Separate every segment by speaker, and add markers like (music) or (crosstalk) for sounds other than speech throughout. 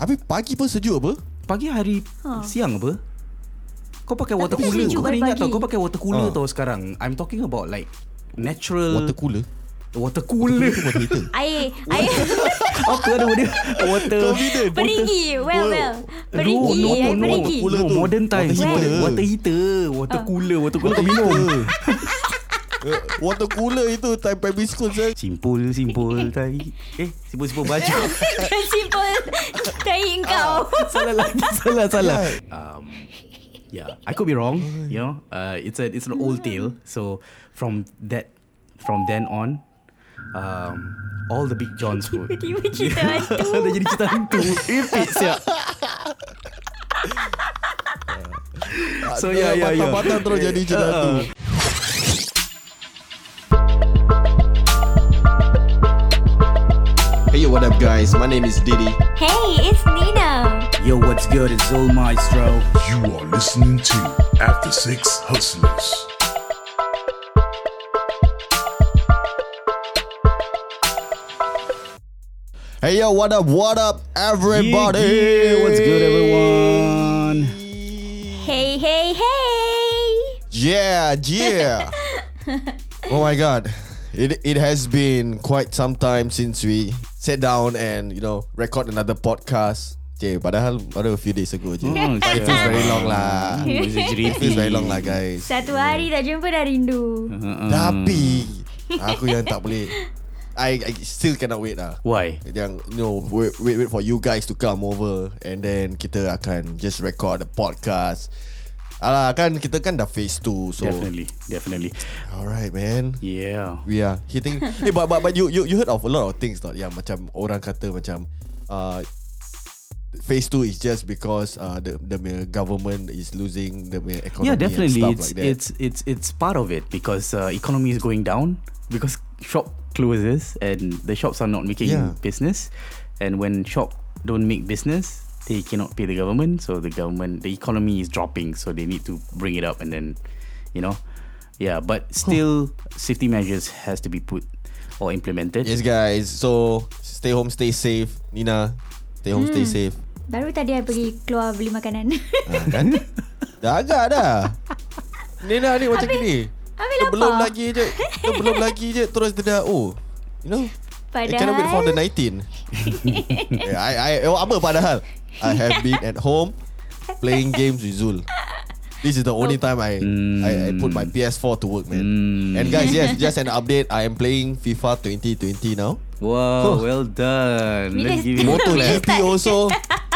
Speaker 1: Habis pagi pun sejuk apa?
Speaker 2: Pagi hari
Speaker 3: Ha.
Speaker 2: siang apa? Kau pakai
Speaker 3: Tapi
Speaker 2: water cooler
Speaker 3: sejuk
Speaker 2: Kau kena
Speaker 3: kan
Speaker 2: ingat
Speaker 3: pagi.
Speaker 2: tau Kau pakai water cooler
Speaker 1: Ha.
Speaker 2: tau sekarang I'm talking about like Natural
Speaker 1: Water cooler
Speaker 2: water cooler
Speaker 1: Water heater
Speaker 3: Air Air
Speaker 2: (laughs) Apa ada benda (laughs) Water
Speaker 1: Confident
Speaker 3: Perigi Well well
Speaker 2: no,
Speaker 3: Perigi
Speaker 2: no,
Speaker 3: eh,
Speaker 2: no, no,
Speaker 3: Perigi Ah.
Speaker 1: Cooler
Speaker 2: no,
Speaker 1: tu.
Speaker 2: modern times
Speaker 1: Water heater.
Speaker 2: modern, water heater Water cooler Water cooler kau minum
Speaker 1: (laughs) Eh, Water cooler itu Time primary school saya
Speaker 2: Simpul Simpul tai Eh simpul-simpul
Speaker 3: (laughs)
Speaker 2: baju
Speaker 3: Kan (laughs) simple Tahi engkau
Speaker 2: Salah lagi (laughs) Salah salah um, Yeah I could be wrong You know uh, It's a it's an old tale So From that From then on um, All the big johns would (laughs)
Speaker 3: Tiba-tiba cerita hantu
Speaker 2: Dah jadi cerita hantu Epic siap So yeah yeah yeah
Speaker 1: Patah-patah terus jadi cerita
Speaker 2: Uh-uh.
Speaker 1: tu
Speaker 4: Hey, what up, guys? My name is Diddy.
Speaker 3: Hey it's Nina
Speaker 2: Yo what's good It's Zul Maestro
Speaker 5: You are listening to After Six Hustlers.
Speaker 1: Hey yo what up What up everybody
Speaker 2: yeah, What's good everyone
Speaker 3: Hey hey hey
Speaker 1: Yeah, (laughs) yeah. oh my god. It it has been quite some time since we sat down and, you know, record another podcast. Yeah, padahal baru a few days ago je.
Speaker 2: Hmm,
Speaker 1: But it (laughs) feels very long lah.
Speaker 2: Hmm, it's a
Speaker 1: It feels very long
Speaker 2: jeripy.
Speaker 1: lah, guys.
Speaker 3: Satu hari dah jumpa dah rindu
Speaker 1: Uh-huh.
Speaker 2: Uh-uh.
Speaker 1: Tapi aku yang tak boleh. I, I still cannot wait lah.
Speaker 2: Why?
Speaker 1: Yang you know wait, wait wait for you guys to come over and then kita akan just record the podcast. Alah kan kita kan dah phase 2 so
Speaker 2: Definitely Definitely
Speaker 1: alright man.
Speaker 2: Yeah
Speaker 1: We are hitting hey, but, but, but you, you you heard of a lot of things not? Yeah, macam orang kata macam uh, Phase 2 is just because uh, the the punya government is losing the punya economy
Speaker 2: Yeah, definitely.
Speaker 1: and stuff like
Speaker 2: It's
Speaker 1: that.
Speaker 2: it's it's it's part of it because uh, economy is going down because shop closes and the shops are not making
Speaker 1: Yeah.
Speaker 2: business, and when shop don't make business, they cannot pay the government. So the government, the economy is dropping. So they need to bring it up and then, you know, yeah. But still, safety measures has to be put or implemented.
Speaker 1: yes guys, so stay home, stay safe, Nina. Stay home,
Speaker 2: Hmm.
Speaker 1: stay safe.
Speaker 3: Baru tadi I pergi keluar beli makanan
Speaker 1: Ah, kan? dah agak dah.
Speaker 2: (laughs)
Speaker 1: Nina ni macam gini.
Speaker 3: habis
Speaker 1: Dia
Speaker 3: lapar.
Speaker 1: belum lagi je. Dia
Speaker 2: (laughs)
Speaker 1: belum lagi je terus dia dah oh. You know? I cannot wait for the
Speaker 3: Padahal
Speaker 2: (laughs)
Speaker 1: 19 Eh, I, I, oh, Apa padahal I have been at home Playing games with Zul This is the only
Speaker 2: Oh.
Speaker 1: time I, I I put my
Speaker 2: Hmm.
Speaker 1: PS4 to work man And guys
Speaker 2: (laughs)
Speaker 1: yes Just an update I am playing FIFA 2020 now
Speaker 2: Wow, well done.
Speaker 3: We
Speaker 2: Let's
Speaker 3: just-
Speaker 2: give
Speaker 1: (laughs)
Speaker 2: it.
Speaker 1: Motor
Speaker 3: Please
Speaker 1: GP
Speaker 3: start.
Speaker 2: (laughs)
Speaker 1: also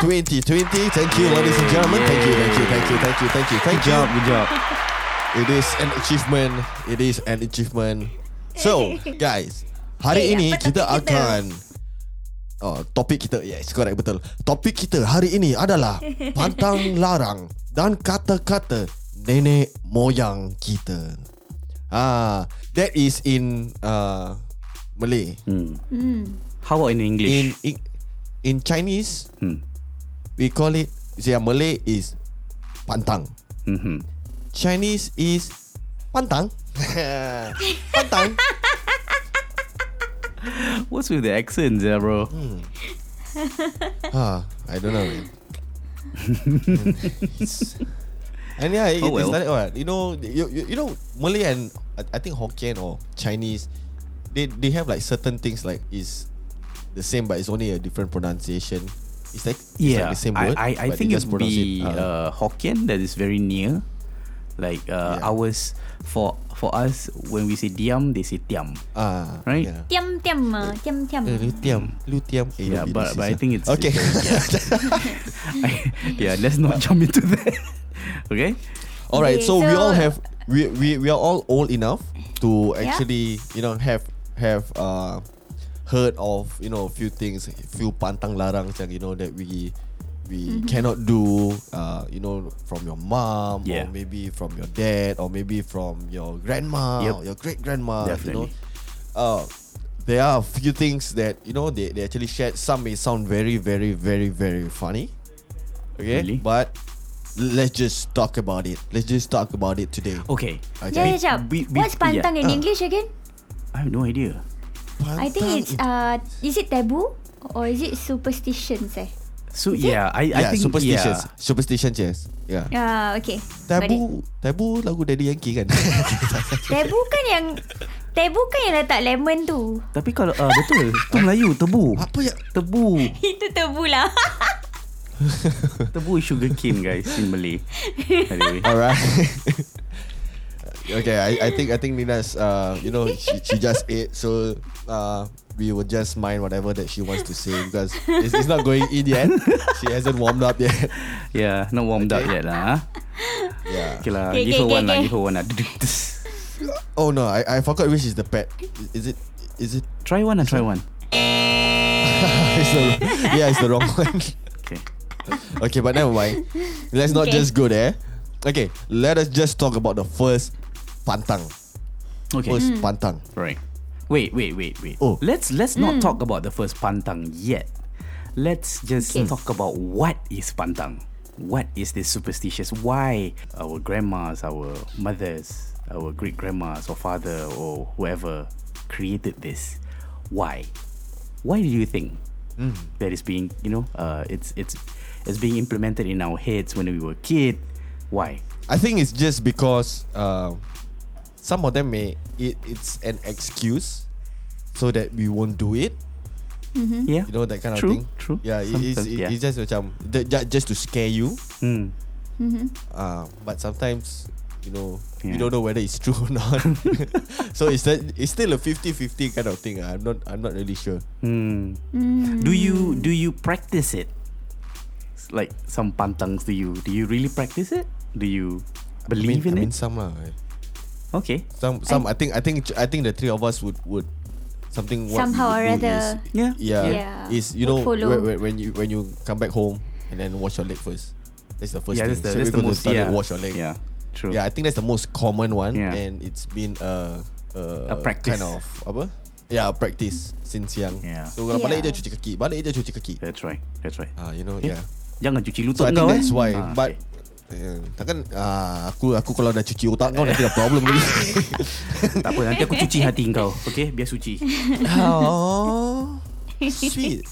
Speaker 1: 2020 Thank you ladies and gentlemen Thank you Thank you Thank you Thank you Thank you Thank you
Speaker 2: Good job.
Speaker 1: It is an achievement It is an achievement
Speaker 3: (laughs)
Speaker 1: So guys Hari
Speaker 3: Eh,
Speaker 1: ini
Speaker 3: apa
Speaker 1: kita
Speaker 3: topik kita?
Speaker 1: akan oh, Topik kita Yes correct betul Topik kita hari ini
Speaker 3: (laughs)
Speaker 1: adalah Pantang larang Dan kata-kata Nenek moyang kita Ah, That is in uh, Malay
Speaker 2: How about in English?
Speaker 1: in, in in Chinese
Speaker 2: Hmm.
Speaker 1: We call it yeah, Malay is Pantang
Speaker 2: Mhm.
Speaker 1: Chinese is pantang. (laughs) pantang.
Speaker 2: What's with the accents, yeah, bro?
Speaker 1: Ah, I don't know.
Speaker 2: (laughs)
Speaker 1: Man. It's- and yeah, it,
Speaker 2: Oh,
Speaker 1: it
Speaker 2: well.
Speaker 1: started what you know. You, you, you know Malay and I, I think Hokkien or Chinese, they they have like certain things like is the same but it's only a different pronunciation. It's like it's
Speaker 2: Yeah,
Speaker 1: like the same
Speaker 2: I,
Speaker 1: word.
Speaker 2: I, I
Speaker 1: but they
Speaker 2: think it
Speaker 1: just
Speaker 2: would
Speaker 1: pronounce
Speaker 2: be
Speaker 1: uh,
Speaker 2: uh, Hokkien that is very near. Like uh,
Speaker 1: Yeah.
Speaker 2: ours for for us when we say diam, they say
Speaker 3: (laughs)
Speaker 2: tiam. (laughs)
Speaker 1: ah,
Speaker 2: right?
Speaker 1: Yeah.
Speaker 3: Tiam tiam ah, Tiam tiam
Speaker 1: Eh, Lu tiam, lu tiam. Eh,
Speaker 2: Yeah,
Speaker 1: lu
Speaker 2: but-
Speaker 1: bisnis
Speaker 2: but I
Speaker 1: lah.
Speaker 2: think it's-
Speaker 1: okay. (laughs)
Speaker 2: I, yeah, let's not jump into that. (laughs) okay,
Speaker 1: All right,
Speaker 3: Okay,
Speaker 1: so, we
Speaker 3: so-
Speaker 1: all have we, we we are all old enough to
Speaker 3: Yeah.
Speaker 1: actually you know have have uh heard of you know a few things, few pantang larang macam you know that we we
Speaker 3: Mm-hmm.
Speaker 1: cannot do uh you know from your mom
Speaker 2: Yeah.
Speaker 1: or maybe from your dad or maybe from your grandma
Speaker 2: Yep.
Speaker 1: or your great grandma you know
Speaker 2: Definitely.
Speaker 1: uh there are a few things that you know they, they actually shared some may sound very very very very funny okay
Speaker 2: Really?
Speaker 1: but let's just talk about it let's just talk about it today
Speaker 2: okay.
Speaker 3: Jap Ya, jap jap
Speaker 2: We- we-
Speaker 3: What's pantang
Speaker 2: yeah.
Speaker 3: in English again?
Speaker 2: I have no idea.
Speaker 3: I think it's uh, Is it taboo? Or is it superstitions eh?
Speaker 2: So yeah, I, I
Speaker 1: yeah,
Speaker 2: think
Speaker 1: superstitious.
Speaker 2: yeah.
Speaker 1: Superstition yes. Yeah.
Speaker 3: Ah, okay. Balik.
Speaker 1: Tabu Tabu lagu Daddy Yankee kan.
Speaker 3: Tebu kan yang Tebu kan yang letak lemon tu.
Speaker 2: Tapi kalau uh,
Speaker 1: (laughs)
Speaker 2: betul, tu Melayu tebu.
Speaker 1: (laughs) Apa ya?
Speaker 2: Tebu.
Speaker 3: (laughs) Itu tebu (laughs) lah.
Speaker 2: Tebu is sugar cane guys in Malay.
Speaker 3: (laughs)
Speaker 2: Anyway.
Speaker 1: Alright. (laughs) okay, I, I think I think Nina's uh you know she, she just ate so uh we will just mind whatever that she wants to say because it's, it's not going in yet. She hasn't warmed up yet.
Speaker 2: Yeah, not warmed up
Speaker 1: Okay.
Speaker 2: yet lah. ah.
Speaker 1: Yeah.
Speaker 2: Okay lah,
Speaker 3: Okay,
Speaker 2: give
Speaker 3: okay,
Speaker 2: her
Speaker 3: okay,
Speaker 2: one lah,
Speaker 3: okay.
Speaker 2: give her one lah. (laughs)
Speaker 1: Oh no, I, I forgot which is the pet. Is it (laughs) is it
Speaker 2: Try one and try one.
Speaker 1: it's the, yeah, it's the wrong one.
Speaker 2: Okay.
Speaker 1: Okay, but never mind. Let's not
Speaker 3: Okay.
Speaker 1: just go there. Okay, let us just talk about the first pantang.
Speaker 2: Okay.
Speaker 3: Mm-hmm.
Speaker 1: First pantang.
Speaker 2: Right. Wait, wait, wait, wait.
Speaker 1: Oh.
Speaker 2: Let's let's not talk about the first pantang yet. Let's just talk about what is pantang. What is this superstitious? Why our grandmas, our mothers, our great grandmas or father or whoever created this? Why? Why do you think
Speaker 1: Hmm.
Speaker 2: that is being, you know, uh, it's it's it's being implemented in our heads when we were a kid? Why?
Speaker 1: I think it's just because uh, some of them may it, it's an excuse so that we won't do it.
Speaker 2: Yeah.
Speaker 1: You know that kind
Speaker 2: True,
Speaker 1: of thing.
Speaker 2: true.
Speaker 1: Yeah, it, it's,
Speaker 2: Sometimes,
Speaker 1: it,
Speaker 2: yeah.
Speaker 1: it's just macam the, ju- just to scare you.
Speaker 2: Mm.
Speaker 1: Uh, but sometimes you know you
Speaker 2: Yeah.
Speaker 1: don't know whether it's true or not. (laughs) so it's that it's still a 50-50 kind of thing. ah. I'm not I'm not really sure.
Speaker 2: Hmm. Do you do you practice it? It's Like some pantangs, do you do you really practice it? Do you believe
Speaker 1: I mean, I
Speaker 2: in
Speaker 1: mean
Speaker 2: it?
Speaker 1: some lah.
Speaker 2: Okay.
Speaker 1: Some some I, think I think I think the three of us would would something what we
Speaker 3: Somehow
Speaker 1: would
Speaker 3: or
Speaker 1: do
Speaker 3: other.
Speaker 1: is-
Speaker 2: Yeah.
Speaker 1: yeah,
Speaker 3: Yeah.
Speaker 1: is you know
Speaker 3: Would follow.
Speaker 1: when, when- when you when you come back home and then wash your leg first. That's the first
Speaker 2: Yeah,
Speaker 1: thing.
Speaker 2: that's the,
Speaker 1: So
Speaker 2: that's
Speaker 1: you
Speaker 2: the
Speaker 1: go to
Speaker 2: most.
Speaker 1: toilet,
Speaker 2: Yeah.
Speaker 1: wash your leg.
Speaker 2: Yeah. True.
Speaker 1: Yeah, I think that's the most common one
Speaker 2: Yeah.
Speaker 1: and it's been a
Speaker 2: A practice.
Speaker 1: kind of apa? Yeah, a practice since young.
Speaker 2: Yeah.
Speaker 1: So kalau balik
Speaker 3: Yeah.
Speaker 1: je cuci kaki, balik je cuci kaki.
Speaker 2: That's right. That's right.
Speaker 1: Ah, you know,
Speaker 2: Okay.
Speaker 1: yeah.
Speaker 2: Jangan cuci
Speaker 1: So
Speaker 2: lutut
Speaker 1: I
Speaker 2: kau
Speaker 1: think
Speaker 2: eh.
Speaker 1: that's why.
Speaker 2: Ah,
Speaker 1: But eh, Takkan ah, aku aku kalau dah cuci otak kau nanti dah problem
Speaker 3: (laughs)
Speaker 1: (laughs) lagi.
Speaker 2: okay. tak apa nanti aku cuci hati kau. Okay, biar
Speaker 1: (laughs)
Speaker 2: suci.
Speaker 3: (laughs)
Speaker 1: Oh, sweet.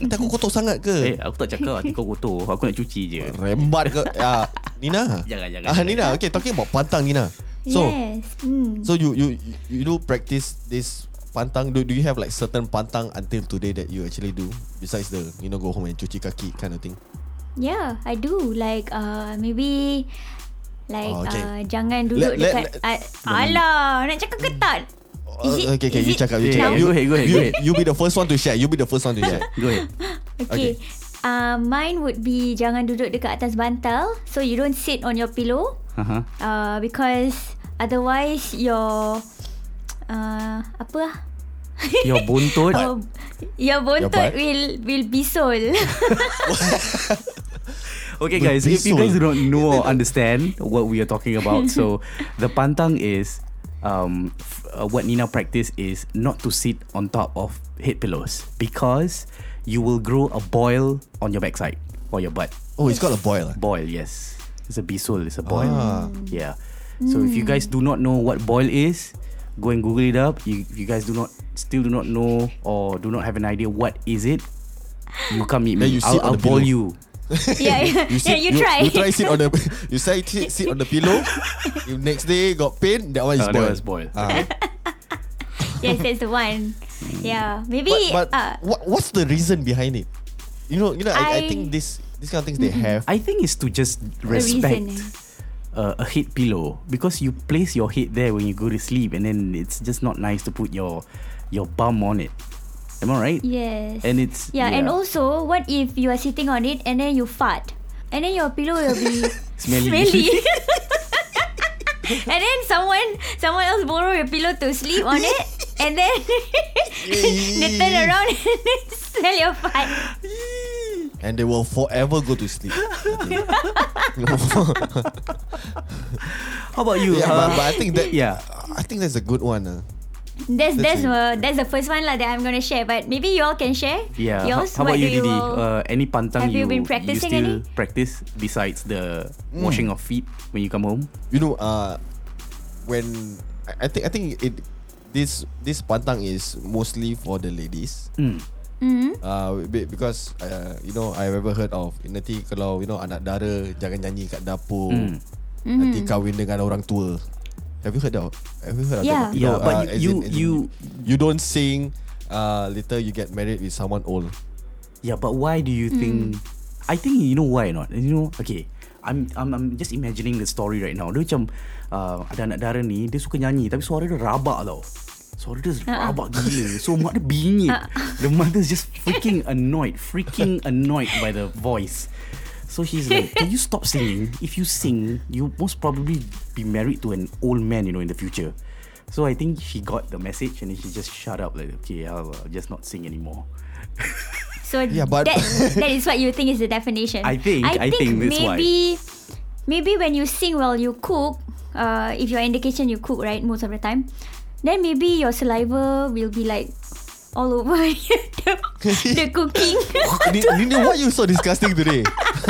Speaker 1: Nanti aku kotor sangat ke?
Speaker 2: eh, aku tak cakap hati kau kotor. Aku nak cuci
Speaker 1: (laughs)
Speaker 2: je.
Speaker 1: Rembat ke? Ah, Nina.
Speaker 2: Jangan, jangan,
Speaker 1: Ah,
Speaker 2: jangan.
Speaker 1: Nina. Okay, talking about pantang, Nina. So,
Speaker 3: yes. Hmm.
Speaker 1: so you you you do practice this pantang. Do do you have like certain pantang until today that you actually do besides the you know go home and cuci kaki kind of thing?
Speaker 3: Yeah, Ya, I do. Like uh, maybe like
Speaker 1: Oh,
Speaker 3: oh,
Speaker 1: okay.
Speaker 3: okay. uh, jangan duduk
Speaker 1: Let-
Speaker 3: let,
Speaker 1: let-
Speaker 3: dekat let, alah, nak cakap ke tak? Is
Speaker 1: Uh,
Speaker 3: it-
Speaker 1: okay, okay.
Speaker 3: is
Speaker 1: You
Speaker 3: it
Speaker 1: cakap, you
Speaker 2: Yeah,
Speaker 1: cakap.
Speaker 2: yeah,
Speaker 1: You,
Speaker 2: go ahead, go ahead,
Speaker 1: you,
Speaker 2: go ahead.
Speaker 1: you be the first one to share. You be the first one to
Speaker 3: (laughs)
Speaker 1: share.
Speaker 2: Go ahead.
Speaker 1: Okay.
Speaker 3: Okay. Uh, mine would be jangan duduk dekat atas bantal so you don't sit on your pillow
Speaker 2: Uh-huh.
Speaker 3: uh, because otherwise your uh, apa lah
Speaker 2: Your bontot.
Speaker 3: Oh, your bontot
Speaker 1: butt?
Speaker 3: will will be sold.
Speaker 2: Okay,
Speaker 1: With
Speaker 2: guys, if you
Speaker 1: bisul.
Speaker 2: guys do not
Speaker 1: (laughs)
Speaker 2: know or understand what we are talking about, so the pantang is um, f- uh, what Nina practice is not to sit on top of head pillows because you will grow a boil on your backside or your butt.
Speaker 1: Oh, it's got a boil. ah.
Speaker 2: Boil, yes. It's a bisul, it's a boil. Yeah. So if you guys do not know what boil is, go and Google it up. You, if you guys do not still do not know or do not have an idea what is it, you come meet me.
Speaker 1: Then you sit
Speaker 2: I'll,
Speaker 1: on
Speaker 2: I'll
Speaker 1: the
Speaker 2: boil
Speaker 1: pillow.
Speaker 2: you.
Speaker 3: (laughs) yeah, yeah. You, yeah, you, try.
Speaker 1: (laughs) You
Speaker 3: (laughs)
Speaker 1: try sit on the you try sit, sit on the pillow. you next day got pain. That one is
Speaker 2: Ah, that
Speaker 1: boiled.
Speaker 2: one is boiled.
Speaker 1: Ah.
Speaker 3: yes, that's the one. Yeah, maybe.
Speaker 1: But, but
Speaker 3: uh,
Speaker 1: what, what's the reason behind it? You know, you know. I, I
Speaker 3: I- Mm-hmm.
Speaker 1: think this this kind of things they have.
Speaker 2: I think it's to just respect
Speaker 3: reason,
Speaker 2: uh, a head pillow because you place your head there when you go to sleep, and then it's just not nice to put your your bum on it. Am I right?
Speaker 3: yes.
Speaker 2: And it's
Speaker 3: yeah, and also, what if you are sitting on it and then you fart, and then your pillow will be
Speaker 2: (laughs) Smelly.
Speaker 3: (laughs) and then someone someone else borrow your pillow to sleep on
Speaker 2: (laughs)
Speaker 3: it, and then (laughs) they turn around (laughs) and then smell your fart.
Speaker 1: and they will forever go to
Speaker 3: (laughs)
Speaker 1: sleep.
Speaker 2: how about you?
Speaker 1: yeah, but,
Speaker 2: huh?
Speaker 1: but I think that
Speaker 2: yeah.
Speaker 1: I think that's a good one. ah.
Speaker 3: That's
Speaker 1: That's
Speaker 3: that's
Speaker 1: it.
Speaker 3: uh, that's the first one lah that I'm gonna share. But maybe you all can share.
Speaker 2: Yeah. How,
Speaker 3: Yours.
Speaker 2: how about
Speaker 3: what
Speaker 2: you,
Speaker 3: do
Speaker 2: Didi?
Speaker 3: all-
Speaker 2: Uh, any pantang
Speaker 3: Have you been
Speaker 2: you
Speaker 3: practicing
Speaker 2: still
Speaker 3: any?
Speaker 2: practice besides the washing of feet when you come home?
Speaker 1: you know, uh, when I, I think I think it this this pantang is mostly for the ladies. mm-hmm. uh, be- because uh, you know I ever heard of nanti kalau you know anak dara jangan nyanyi kat dapur mm.
Speaker 2: Hmm.
Speaker 1: nanti kahwin dengan orang tua. Have you heard of? Have you heard of
Speaker 3: Yeah.
Speaker 1: that? You uh,
Speaker 2: Yeah, but
Speaker 1: as
Speaker 2: you-
Speaker 1: as
Speaker 2: you-
Speaker 1: you don't sing. Uh, later you get married with someone old.
Speaker 2: Yeah, but why do you think? I think you know why not. You know, okay. I'm I'm, I'm just imagining the story right now. Dia macam uh, ada anak dara ni, dia suka nyanyi tapi suara dia rabak tau. Suara dia rabak gila. So mak dia bingit. The mother's just freaking annoyed, freaking annoyed by the voice. So he's like, can you stop singing? If you sing, you most probably be married to an old man, you know, in the future. So I think she got the message and then she just shut up like, okay, I'll uh, just not sing anymore.
Speaker 3: So
Speaker 1: Yeah, but- (laughs)
Speaker 3: that that is what you think is the definition.
Speaker 2: I think- I think that's why.
Speaker 3: maybe maybe when you sing while you cook, uh, if you're in the kitchen you cook right most of the time, then maybe your saliva will be like all over (laughs) the, the
Speaker 1: (laughs)
Speaker 3: cooking.
Speaker 1: you, you know why you so disgusting today?
Speaker 3: (laughs)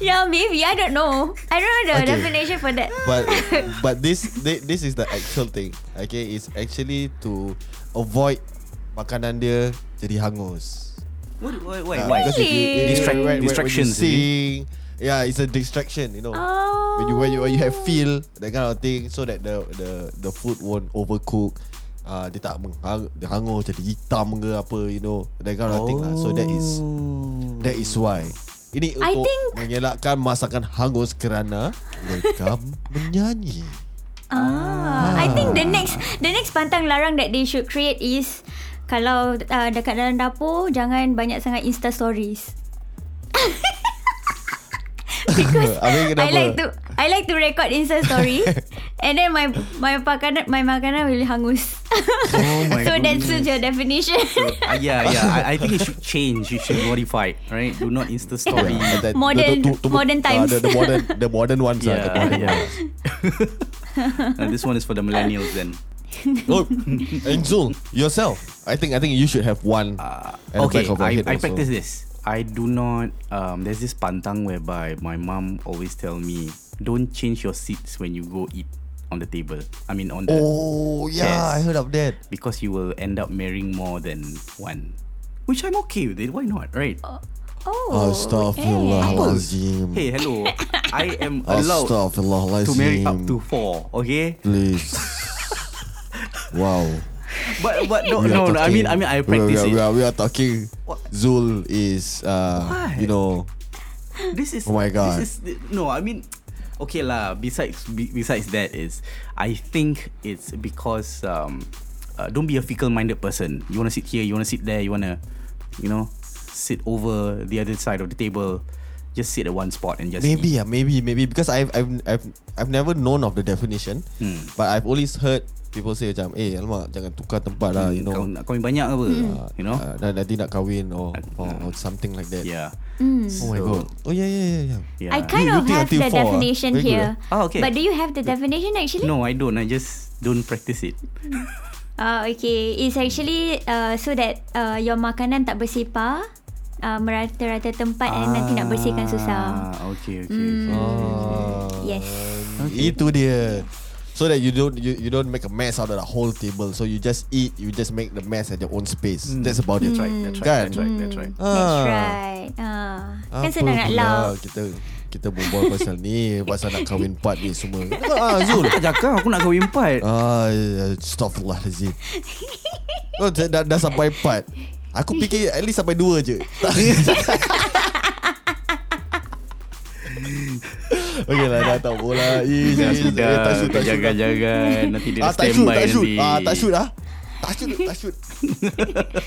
Speaker 3: yeah, maybe I don't know. I don't know the
Speaker 1: Okay.
Speaker 3: definition for that.
Speaker 1: but but this thi- this is the actual thing. Okay, it's actually to avoid makanan dia jadi hangus.
Speaker 2: What? Why? Why?
Speaker 1: Ah,
Speaker 2: why?
Speaker 1: because if you- if
Speaker 3: Really?
Speaker 1: you-
Speaker 2: Distract-
Speaker 1: when- when- when you
Speaker 2: distractions, is it?
Speaker 1: sing, yeah, it's a distraction. You know,
Speaker 3: oh.
Speaker 1: when you when you when you have feel that kind of thing, so that the the the food won't overcook. Uh, dia tak menghang, dia hangus jadi hitam ke apa you know that kind of thing lah. So that is
Speaker 2: Oh.
Speaker 1: that is why. Ini
Speaker 3: I
Speaker 1: untuk
Speaker 3: think-
Speaker 1: mengelakkan masakan hangus kerana mereka menyanyi.
Speaker 3: Ah, I think the next the next pantang larang that they should create is kalau uh, dekat dalam dapur jangan banyak sangat
Speaker 1: (laughs)
Speaker 3: insta stories. Because
Speaker 1: Habis
Speaker 3: I
Speaker 1: kenapa?
Speaker 3: like to I like to record insta
Speaker 1: (laughs)
Speaker 3: story and then my my makanan my makanan will hangus.
Speaker 2: Oh my
Speaker 3: (laughs) so that
Speaker 2: goodness.
Speaker 3: suits your definition.
Speaker 2: Ah, yeah, yeah. I, I think it should change. It should modify, right? Do not insta story.
Speaker 1: Yeah, that-
Speaker 3: Modern-
Speaker 1: the- the- the-
Speaker 3: modern
Speaker 1: uh, the, the
Speaker 3: times.
Speaker 1: modern the modern ones lah, yeah, the modern
Speaker 2: yeah.
Speaker 1: ones.
Speaker 2: (laughs) Uh, this one is for the millennials then.
Speaker 1: Look, and Zul, Oh, yourself. I think I think you should have one.
Speaker 2: Ah.
Speaker 1: at the
Speaker 2: okay,
Speaker 1: back of your
Speaker 2: I,
Speaker 1: head
Speaker 2: I
Speaker 1: also.
Speaker 2: practice this. I do not. Um, there's this pantang whereby my mom always tell me, "Don't change your seats when you go eat on the table. I mean, on the
Speaker 1: Oh yeah,
Speaker 2: Yes.
Speaker 1: I heard of that.
Speaker 2: because you will end up marrying more than one." Which I'm okay with it. Why not? Right?
Speaker 3: oh.
Speaker 1: Astaghfirullahalazim.
Speaker 2: Hey, hello. I
Speaker 1: (laughs)
Speaker 2: am
Speaker 1: Oh,
Speaker 2: allowed
Speaker 1: Astaghfirullahalazim.
Speaker 2: to marry up to four. Okay. (laughs)
Speaker 1: Please. wow.
Speaker 3: (laughs)
Speaker 2: But but no
Speaker 1: We are
Speaker 2: no, no I mean
Speaker 1: talking-
Speaker 2: I mean I
Speaker 1: we are-
Speaker 2: practice
Speaker 1: we
Speaker 2: it.
Speaker 1: are, we are, we are talking. Zul is uh,
Speaker 2: Why?
Speaker 1: you know
Speaker 2: This is
Speaker 1: Oh my God.
Speaker 2: This is no I mean okay lah. Besides be, besides that is I think it's because um uh, don't be a fickle minded person. You wanna sit here, you wanna sit there, you wanna you know sit over the other side of the table. Just sit at one spot and just
Speaker 1: Maybe
Speaker 2: eat.
Speaker 1: yeah, maybe maybe because I've I've I've I've never known of the definition,
Speaker 2: Hmm.
Speaker 1: but I've always heard people say macam, eh, alamak jangan tukar tempat lah, you
Speaker 2: Kau
Speaker 1: know,
Speaker 2: nak kawin banyak ke apa?
Speaker 3: Hmm.
Speaker 2: You know? Uh,
Speaker 1: uh, dan- nanti nak kahwin or, or, or something like that.
Speaker 2: yeah.
Speaker 1: Oh my god. Oh yeah yeah yeah yeah.
Speaker 2: Yeah.
Speaker 3: Hmm. I kind
Speaker 1: You- you
Speaker 3: of
Speaker 1: think
Speaker 3: have
Speaker 1: until
Speaker 3: the
Speaker 1: four, ah.
Speaker 3: definition
Speaker 1: Very good,
Speaker 3: here.
Speaker 2: ah. Ah, okay.
Speaker 3: But do you have the definition actually?
Speaker 2: No, I don't. I just don't practice it.
Speaker 3: Ah uh, okay, it's actually uh, so that uh, your makanan tak bersipar, uh, merata-rata tempat and nanti nak bersihkan susah. Hmm.
Speaker 2: Ah, Okay, okay. okay.
Speaker 3: Yes.
Speaker 1: Oh. Itu dia. So that you don't you, you don't make a mess out of the whole table. So you just eat, you just make the mess at your own space. That's about it.
Speaker 2: That's
Speaker 3: Hmm.
Speaker 2: right. That's right.
Speaker 1: Kan?
Speaker 2: That's right. That's right.
Speaker 3: That's
Speaker 1: Ah.
Speaker 3: right. Ah, kan
Speaker 1: Apa
Speaker 3: senang nak
Speaker 1: pula
Speaker 3: lau.
Speaker 1: Kita kita berbual pasal ni, pasal nak kahwin empat ni
Speaker 3: (laughs)
Speaker 1: semua. Ah Zul.
Speaker 2: Tak cakap aku nak kahwin empat.
Speaker 1: Ah, Astaghfirullahalazim. Oh, dah, dah, dah sampai empat. Aku fikir at least sampai dua je.
Speaker 2: (laughs)
Speaker 1: okay lah, dah tak bola. Ih,
Speaker 2: Sudah,
Speaker 1: ih,
Speaker 2: sudah.
Speaker 1: eh, tak shoot, tak shoot.
Speaker 2: Jangan, jangan. Nanti dia
Speaker 1: Ah, tak shoot,
Speaker 2: standby
Speaker 1: tak shoot.
Speaker 2: nanti.
Speaker 1: Ah, tak shoot ah. Tak shoot, tak shoot.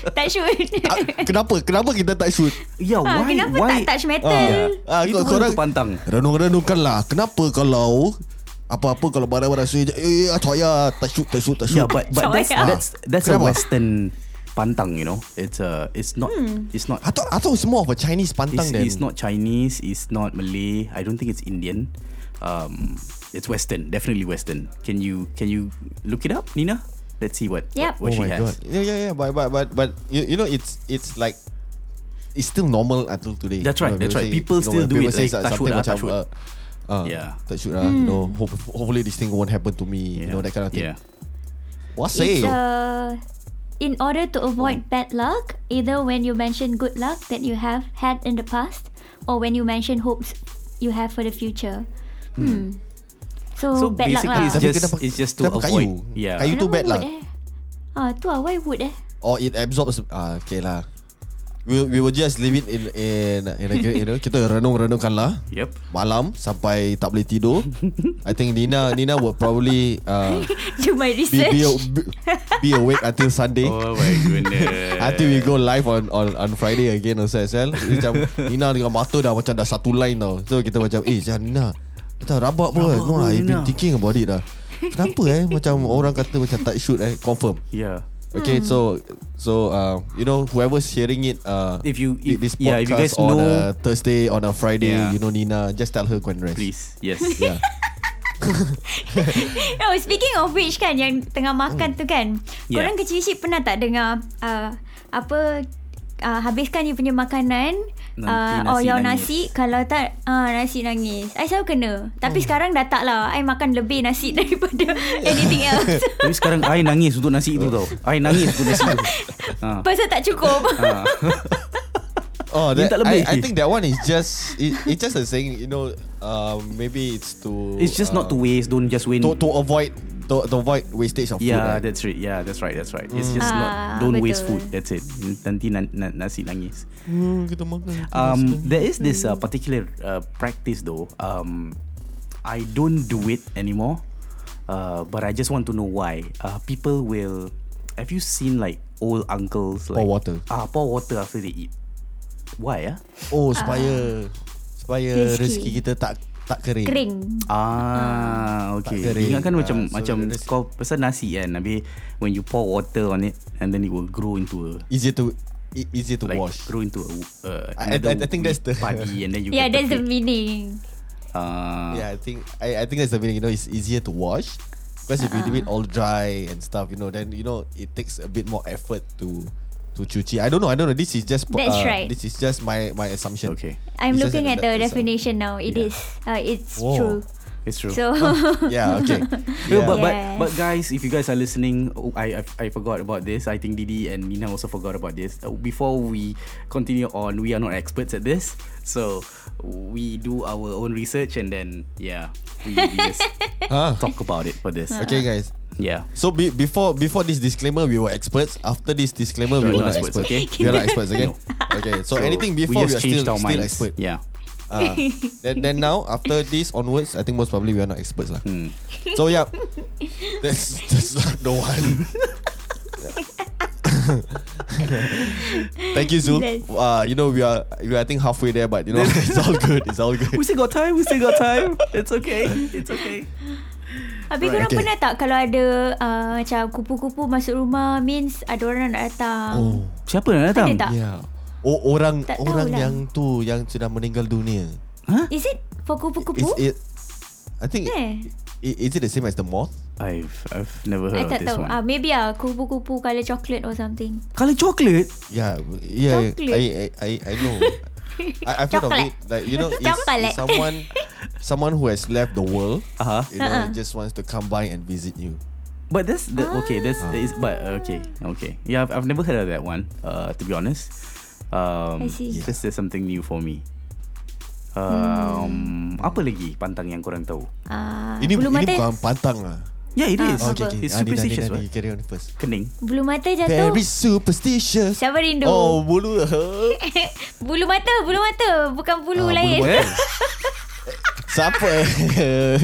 Speaker 3: (laughs) Tak sure.
Speaker 1: Ah, kenapa? Kenapa kita tak shoot?
Speaker 2: (laughs) Ya,
Speaker 3: Ah,
Speaker 2: why?
Speaker 3: kenapa
Speaker 2: why?
Speaker 3: tak touch metal?
Speaker 1: Ah,
Speaker 2: Ya. Itu kan
Speaker 1: kau-
Speaker 2: baru
Speaker 1: korang-
Speaker 2: terpantang.
Speaker 1: Renung-renungkanlah. Kenapa kalau apa-apa kalau barang-barang suai je, eh, eh, acok ya, tak shoot, tak shoot, tak shoot. (laughs)
Speaker 2: Yeah, but but
Speaker 3: Sorry,
Speaker 2: that's
Speaker 3: ah.
Speaker 2: that's that's a
Speaker 1: Kenapa?
Speaker 2: Western pantang, you know. It's a it's not
Speaker 3: Hmm.
Speaker 2: it's not
Speaker 1: I thought, I thought it's more of a Chinese pantang
Speaker 2: it's,
Speaker 1: then.
Speaker 2: it's not Chinese. It's not Malay. I don't think it's Indian. Um, it's Western, definitely Western. Can you can you look it up, Nina? Let's see what
Speaker 3: Yep.
Speaker 2: what, what
Speaker 1: oh
Speaker 2: she
Speaker 1: my
Speaker 2: has.
Speaker 1: god. Yeah, yeah, yeah. But but but but you, you know it's it's like it's still normal until today.
Speaker 2: That's right,
Speaker 1: You know,
Speaker 2: that's right.
Speaker 1: say-
Speaker 2: People
Speaker 1: you know,
Speaker 2: still
Speaker 1: when
Speaker 2: do
Speaker 1: people
Speaker 2: it,
Speaker 1: say
Speaker 2: like touch
Speaker 1: something
Speaker 2: wood ah,
Speaker 1: macam,
Speaker 2: touch wood.
Speaker 1: uh, Uh,
Speaker 2: Yeah.
Speaker 1: Tak should lah. You
Speaker 3: Hmm.
Speaker 1: know, hope, hopefully this thing won't happen to me. You know that kind of thing.
Speaker 2: Yeah.
Speaker 1: What's say?
Speaker 3: It's uh, in order to avoid bad luck, either when you mention good luck that you have had in the past, or when you mention hopes you have for the future. Hmm. So,
Speaker 2: So
Speaker 3: bad luck
Speaker 2: basically
Speaker 3: lah.
Speaker 2: it's
Speaker 1: Tapi
Speaker 2: just-
Speaker 1: kenapa-
Speaker 2: it's just to
Speaker 1: kenapa
Speaker 2: avoid.
Speaker 1: kayu?
Speaker 2: Yeah.
Speaker 1: Kayu tu
Speaker 3: Kenapa
Speaker 1: bad lah.
Speaker 3: wood eh? Ah, tu lah. Why wood eh? (laughs)
Speaker 1: Or it absorbs. Ah, okay lah. We we will just leave it in in in a, you
Speaker 2: (laughs)
Speaker 1: know, kita renung-renungkan lah.
Speaker 2: Yep.
Speaker 1: Malam sampai tak boleh tidur. I think Nina Nina will probably uh,
Speaker 3: Do my
Speaker 1: be,
Speaker 3: research.
Speaker 1: be,
Speaker 3: (laughs)
Speaker 1: be, be awake until Sunday.
Speaker 2: Oh my goodness.
Speaker 1: Until we go live on on, on Friday again also as well. Macam Nina dengan mata dah macam dah satu line tau. So kita macam eh jangan Nina. Kita rabak pun.
Speaker 2: Rabak
Speaker 1: No
Speaker 2: pun,
Speaker 1: lah, I've
Speaker 2: Nina.
Speaker 1: been thinking about it dah. Kenapa eh macam orang kata macam tak shoot eh confirm.
Speaker 2: yeah.
Speaker 1: Okay
Speaker 2: Hmm.
Speaker 1: so so uh, you know whoever's hearing it uh,
Speaker 2: If you- if-
Speaker 1: this podcast
Speaker 2: yeah, if you guys
Speaker 1: on
Speaker 2: know-
Speaker 1: a Thursday on a Friday
Speaker 2: Yeah.
Speaker 1: you know Nina just tell her go and rest.
Speaker 2: Please. (laughs) Yes.
Speaker 1: Yeah.
Speaker 3: No, Oh, speaking of which kan yang tengah makan
Speaker 1: Hmm.
Speaker 3: tu kan.
Speaker 2: Yeah.
Speaker 3: Korang kecil-kecil pernah tak dengar uh, apa uh, habiskan you punya makanan
Speaker 2: Nanti
Speaker 3: uh, or
Speaker 2: nasi
Speaker 3: your
Speaker 2: nangis.
Speaker 3: nasi kalau tak uh, nasi nangis. I selalu kena. Tapi
Speaker 1: Hmm.
Speaker 3: sekarang dah tak lah. I makan lebih nasi (laughs)
Speaker 1: (laughs)
Speaker 3: daripada anything else.
Speaker 2: Tapi sekarang I nangis untuk nasi itu tau. I nangis untuk nasi (laughs) itu. Ah.
Speaker 3: Pasal tak cukup.
Speaker 2: Ah.
Speaker 1: Oh,
Speaker 2: Minta
Speaker 1: that,
Speaker 2: lebih.
Speaker 1: I, I think that one is just it, it's just a saying, you know, um, maybe it's to
Speaker 2: It's just not to waste. Don't just win.
Speaker 1: Ah. to, to avoid to, to avoid wastage of
Speaker 2: Mm. Yeah,
Speaker 1: food. right?
Speaker 2: that's right. Yeah, that's right. That's right. It's just
Speaker 3: Ah,
Speaker 2: not. Don't waste food.
Speaker 3: betul.
Speaker 2: That's it. Nanti na- na- nasi nangis.
Speaker 1: Hmm, kita makan.
Speaker 2: Um, there is this uh, particular uh, practice though. Um, I don't do it anymore, uh, but I just want to know why. Uh, people will. Have you seen like old uncles like
Speaker 1: water.
Speaker 2: Ah, pour water after they eat. Why? Ah.
Speaker 1: oh, supaya supaya
Speaker 3: Rezeki.
Speaker 1: rezeki. kita tak tak kering.
Speaker 3: (laughs) Ah. Kering.
Speaker 2: Ah, okay.
Speaker 1: tak kering.
Speaker 2: Ingat kan
Speaker 1: Ah,
Speaker 2: macam
Speaker 1: so
Speaker 2: macam
Speaker 1: the rest-
Speaker 2: kau pasal nasi kan, habis when you pour water on it and then it will grow into a
Speaker 1: Easier to e- easier to
Speaker 2: like
Speaker 1: wash.
Speaker 2: grow into a uh,
Speaker 1: I- I-
Speaker 2: another
Speaker 1: I think that's the-
Speaker 2: padi and then you
Speaker 3: Yeah,
Speaker 2: can
Speaker 3: that's the
Speaker 2: take-
Speaker 3: meaning.
Speaker 2: Ah,
Speaker 1: Yeah, I think I, I think that's the meaning. You know, it's easier to wash because if you do
Speaker 3: Ah.
Speaker 1: it all dry and stuff, you know, then you know it takes a bit more effort to to cuci. I don't know. I don't know. This is just uh,
Speaker 3: That's right.
Speaker 1: This is just my my assumption.
Speaker 2: Okay.
Speaker 3: I'm
Speaker 1: It's just
Speaker 3: looking
Speaker 1: that-
Speaker 3: at the
Speaker 1: that is, uh,
Speaker 3: definition now. It
Speaker 2: Yeah.
Speaker 3: is. Uh, it's
Speaker 1: Whoa.
Speaker 3: true.
Speaker 2: it's true.
Speaker 3: So (laughs)
Speaker 1: Yeah. Okay.
Speaker 2: No, but, but
Speaker 3: Yes.
Speaker 2: but guys, if you guys are listening, oh, I, I I forgot about this. I think Didi and Nina also forgot about this. Uh, Before we continue on, we are not experts at this, so we do our own research and then yeah, we, we just
Speaker 3: (laughs)
Speaker 1: Huh?
Speaker 2: talk about it for this.
Speaker 1: Okay, guys.
Speaker 2: Yeah.
Speaker 1: So be, before before this disclaimer, we were experts. After this disclaimer, we
Speaker 2: We're
Speaker 1: were
Speaker 2: not
Speaker 1: not
Speaker 2: experts,
Speaker 1: experts.
Speaker 2: okay?
Speaker 1: we are
Speaker 2: (laughs)
Speaker 1: not experts. Okay.
Speaker 2: No.
Speaker 1: Okay. So, anything before we,
Speaker 2: just
Speaker 1: are
Speaker 2: changed
Speaker 1: still,
Speaker 2: our
Speaker 1: still
Speaker 2: minds.
Speaker 1: expert.
Speaker 2: Yeah. (laughs)
Speaker 1: Ah. then, then now after this onwards, I think most probably we are not experts
Speaker 2: (laughs)
Speaker 1: lah. (laughs)
Speaker 2: Hmm.
Speaker 1: So yeah, that's that's not the one. (laughs) Thank you, Zul.
Speaker 3: That's-
Speaker 1: Uh, you know we are we are I think halfway there, but you know (laughs) it's all good. It's all good.
Speaker 2: We still got time. We still got time. It's okay. It's okay.
Speaker 3: Habis
Speaker 2: Right.
Speaker 3: korang
Speaker 1: Okay.
Speaker 3: pernah tak kalau ada uh, macam kupu-kupu masuk rumah means ada orang nak datang.
Speaker 1: Oh,
Speaker 2: Siapa nak datang?
Speaker 3: Ada tak?
Speaker 1: yeah. Oh, orang
Speaker 3: Tak
Speaker 1: orang
Speaker 2: lah.
Speaker 1: yang
Speaker 3: tahulah.
Speaker 1: tu yang sudah meninggal dunia.
Speaker 3: Is it for
Speaker 1: Is
Speaker 3: kupu-kupu?
Speaker 1: it? I think.
Speaker 3: Eh.
Speaker 1: i- Is it the same as the moth?
Speaker 2: I've I've never
Speaker 3: I
Speaker 2: heard of
Speaker 3: tak
Speaker 2: this
Speaker 3: tahu.
Speaker 2: one.
Speaker 3: Ah, maybe ah kupu-kupu colour chocolate or something.
Speaker 2: Colour chocolate.
Speaker 1: Yeah, w- yeah.
Speaker 3: Chocolate.
Speaker 1: I, I, I, I
Speaker 3: (laughs)
Speaker 1: know. I, I've heard of
Speaker 3: Chocolate.
Speaker 1: it. Like
Speaker 3: (laughs)
Speaker 1: you know, it's, it's
Speaker 3: Chocolate.
Speaker 1: someone, someone who has left the world.
Speaker 2: Uh huh.
Speaker 1: You know,
Speaker 3: Uh-uh.
Speaker 1: just wants to come by and visit you.
Speaker 2: But that's the, okay. That's is but okay, okay. Yeah, I've, I've never heard of that one. Uh, to be honest, um,
Speaker 3: I see.
Speaker 2: This is something new for me.
Speaker 3: Hmm.
Speaker 2: Um, apa lagi pantang yang korang tahu?
Speaker 3: Ah,
Speaker 1: ini
Speaker 3: bulu
Speaker 1: ini
Speaker 3: mata
Speaker 1: bukan pantang lah.
Speaker 2: Yeah, it is.
Speaker 3: Ah,
Speaker 1: Okay, okay.
Speaker 2: It's
Speaker 1: Ah, Nina,
Speaker 2: superstitious,
Speaker 1: Nina,
Speaker 2: right?
Speaker 1: you carry on first.
Speaker 2: Kening. (laughs)
Speaker 3: bulu mata jatuh.
Speaker 1: Very superstitious.
Speaker 3: Siapa rindu?
Speaker 1: Oh, bulu.
Speaker 3: (laughs) bulu mata, bulu mata, bukan
Speaker 1: Ah,
Speaker 3: bulu
Speaker 1: bulu
Speaker 3: lain.
Speaker 1: mata.
Speaker 3: (laughs)
Speaker 1: Siapa?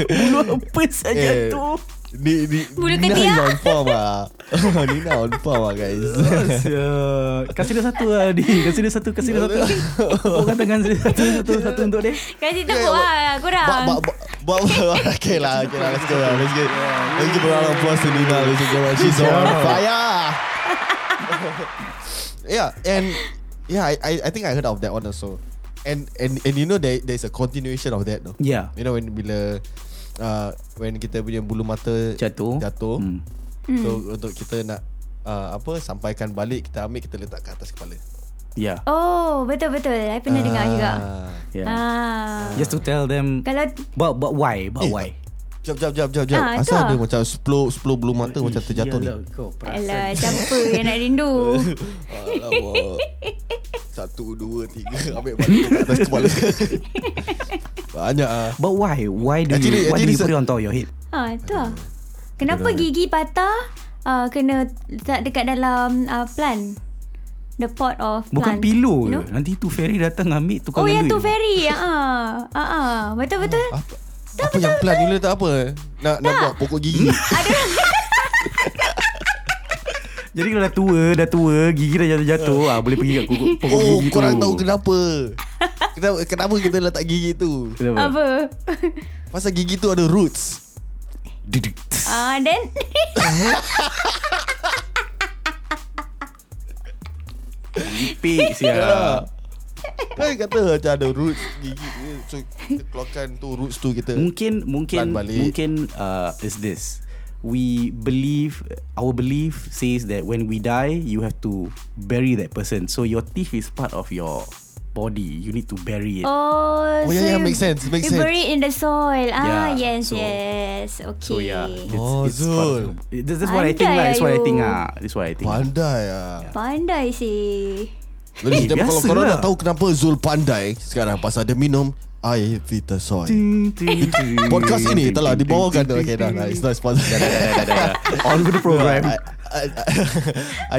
Speaker 2: Bulu apa saja
Speaker 1: Eh.
Speaker 2: (laughs) tu?
Speaker 1: Ni, ni,
Speaker 3: Bulu
Speaker 1: Nina
Speaker 3: ketiak.
Speaker 1: is on form ah. (laughs) Nina on form ah guys.
Speaker 3: (laughs)
Speaker 2: Sial. Kasih dia satu lah Adi Kasih dia satu Kasih dia satu (laughs) Bukan tangan saya Satu satu satu untuk dia
Speaker 3: Kasih tepuk ah korang.
Speaker 1: But, but,
Speaker 3: (laughs)
Speaker 1: but, but, okay lah, okay lah, let's go lah, let's go. Let's give a round of applause to Nina, ladies and gentlemen. She's on fire. (laughs) yeah, and yeah, I, I, I think I heard of that one also. And and and you know there there's a continuation of that no.
Speaker 2: Yeah.
Speaker 1: You know when bila uh, when kita punya bulu mata
Speaker 2: Jatuh.
Speaker 1: jatuh.
Speaker 2: Hmm.
Speaker 1: So untuk kita nak uh, apa sampaikan balik kita ambil kita letak kat atas kepala.
Speaker 2: Yeah.
Speaker 3: Oh, betul betul. I pernah dengar juga.
Speaker 1: Ah.
Speaker 2: Yeah.
Speaker 3: Ah.
Speaker 2: Just to tell them
Speaker 3: Kalau
Speaker 2: But but why? But
Speaker 1: Eh,
Speaker 2: why?
Speaker 1: Jap, jap, jap, jap, jap.
Speaker 3: Ah,
Speaker 1: Asal
Speaker 3: tu.
Speaker 1: ada macam 10 10 bulu mata macam terjatuh ni.
Speaker 2: Iyalah, Ya, kau perasan.
Speaker 3: Alah, siapa yang nak
Speaker 2: (laughs)
Speaker 3: rindu?
Speaker 1: Alamak. Satu, dua, tiga. Ambil balik kat atas kepala. Banyak ah.
Speaker 2: But why? Why do
Speaker 1: Actually-
Speaker 2: you why
Speaker 1: actually
Speaker 2: do you put
Speaker 1: se-
Speaker 2: it on top of your head?
Speaker 3: Ha, tu lah. Kenapa gigi patah uh, kena letak dekat dalam uh, plant? The pot of
Speaker 2: Bukan
Speaker 3: plant.
Speaker 2: pillow ke?
Speaker 3: You know?
Speaker 2: Nanti tu ferry datang ambil tukang
Speaker 3: Oh, ya
Speaker 2: duit.
Speaker 3: tu fairy. Ha. Ha. Ha. Betul-betul.
Speaker 1: Apa, apa yang plan ni letak apa? eh? Nak nak buat pokok gigi.
Speaker 2: Jadi kalau dah tua, dah tua, gigi dah jatuh-jatuh, ah boleh pergi kat
Speaker 3: (laughs)
Speaker 2: kuku (laughs) pokok
Speaker 1: Oh,
Speaker 2: gigi tu.
Speaker 1: korang tahu kenapa? kenapa kenapa kita letak gigi tu?
Speaker 2: Kenapa?
Speaker 3: Apa? (laughs)
Speaker 1: Pasal gigi tu ada roots.
Speaker 2: Duduk.
Speaker 3: Ah, then
Speaker 2: Pik
Speaker 1: (laughs)
Speaker 2: siap.
Speaker 1: Kan kata macam ada roots gigi. So kita keluarkan tu roots tu kita.
Speaker 2: Mungkin mungkin
Speaker 1: Pelan balik.
Speaker 2: mungkin uh, is this. We believe our belief says that when we die you have to bury that person. So your teeth is part of your body. You need to bury it.
Speaker 3: (laughs) Oh,
Speaker 1: Oh, yeah,
Speaker 2: ya,
Speaker 3: so
Speaker 1: yeah,
Speaker 3: you-
Speaker 1: makes sense, makes
Speaker 3: you bury it in the soil. Ah,
Speaker 2: Yeah,
Speaker 3: yes,
Speaker 2: so-
Speaker 3: yes. Okay.
Speaker 2: So yeah, it's,
Speaker 1: Oh,
Speaker 2: it's part
Speaker 1: Zul.
Speaker 2: of, it- that's, that's what I think
Speaker 3: Pandai
Speaker 2: lah. That's what I
Speaker 3: you.
Speaker 2: think ah. That's what I think.
Speaker 1: Pandai ah.
Speaker 3: Pandai sih. (laughs)
Speaker 1: Ladies and
Speaker 2: Eh,
Speaker 1: gentlemen, kalau
Speaker 2: biasa
Speaker 1: korang
Speaker 2: lah.
Speaker 1: nak tahu kenapa Zul pandai sekarang pasal dia minum air Vita Soy. Podcast ini telah dibawakan Okay dah nah, It's not sponsored
Speaker 2: on with (laughs) the program.
Speaker 1: I, I,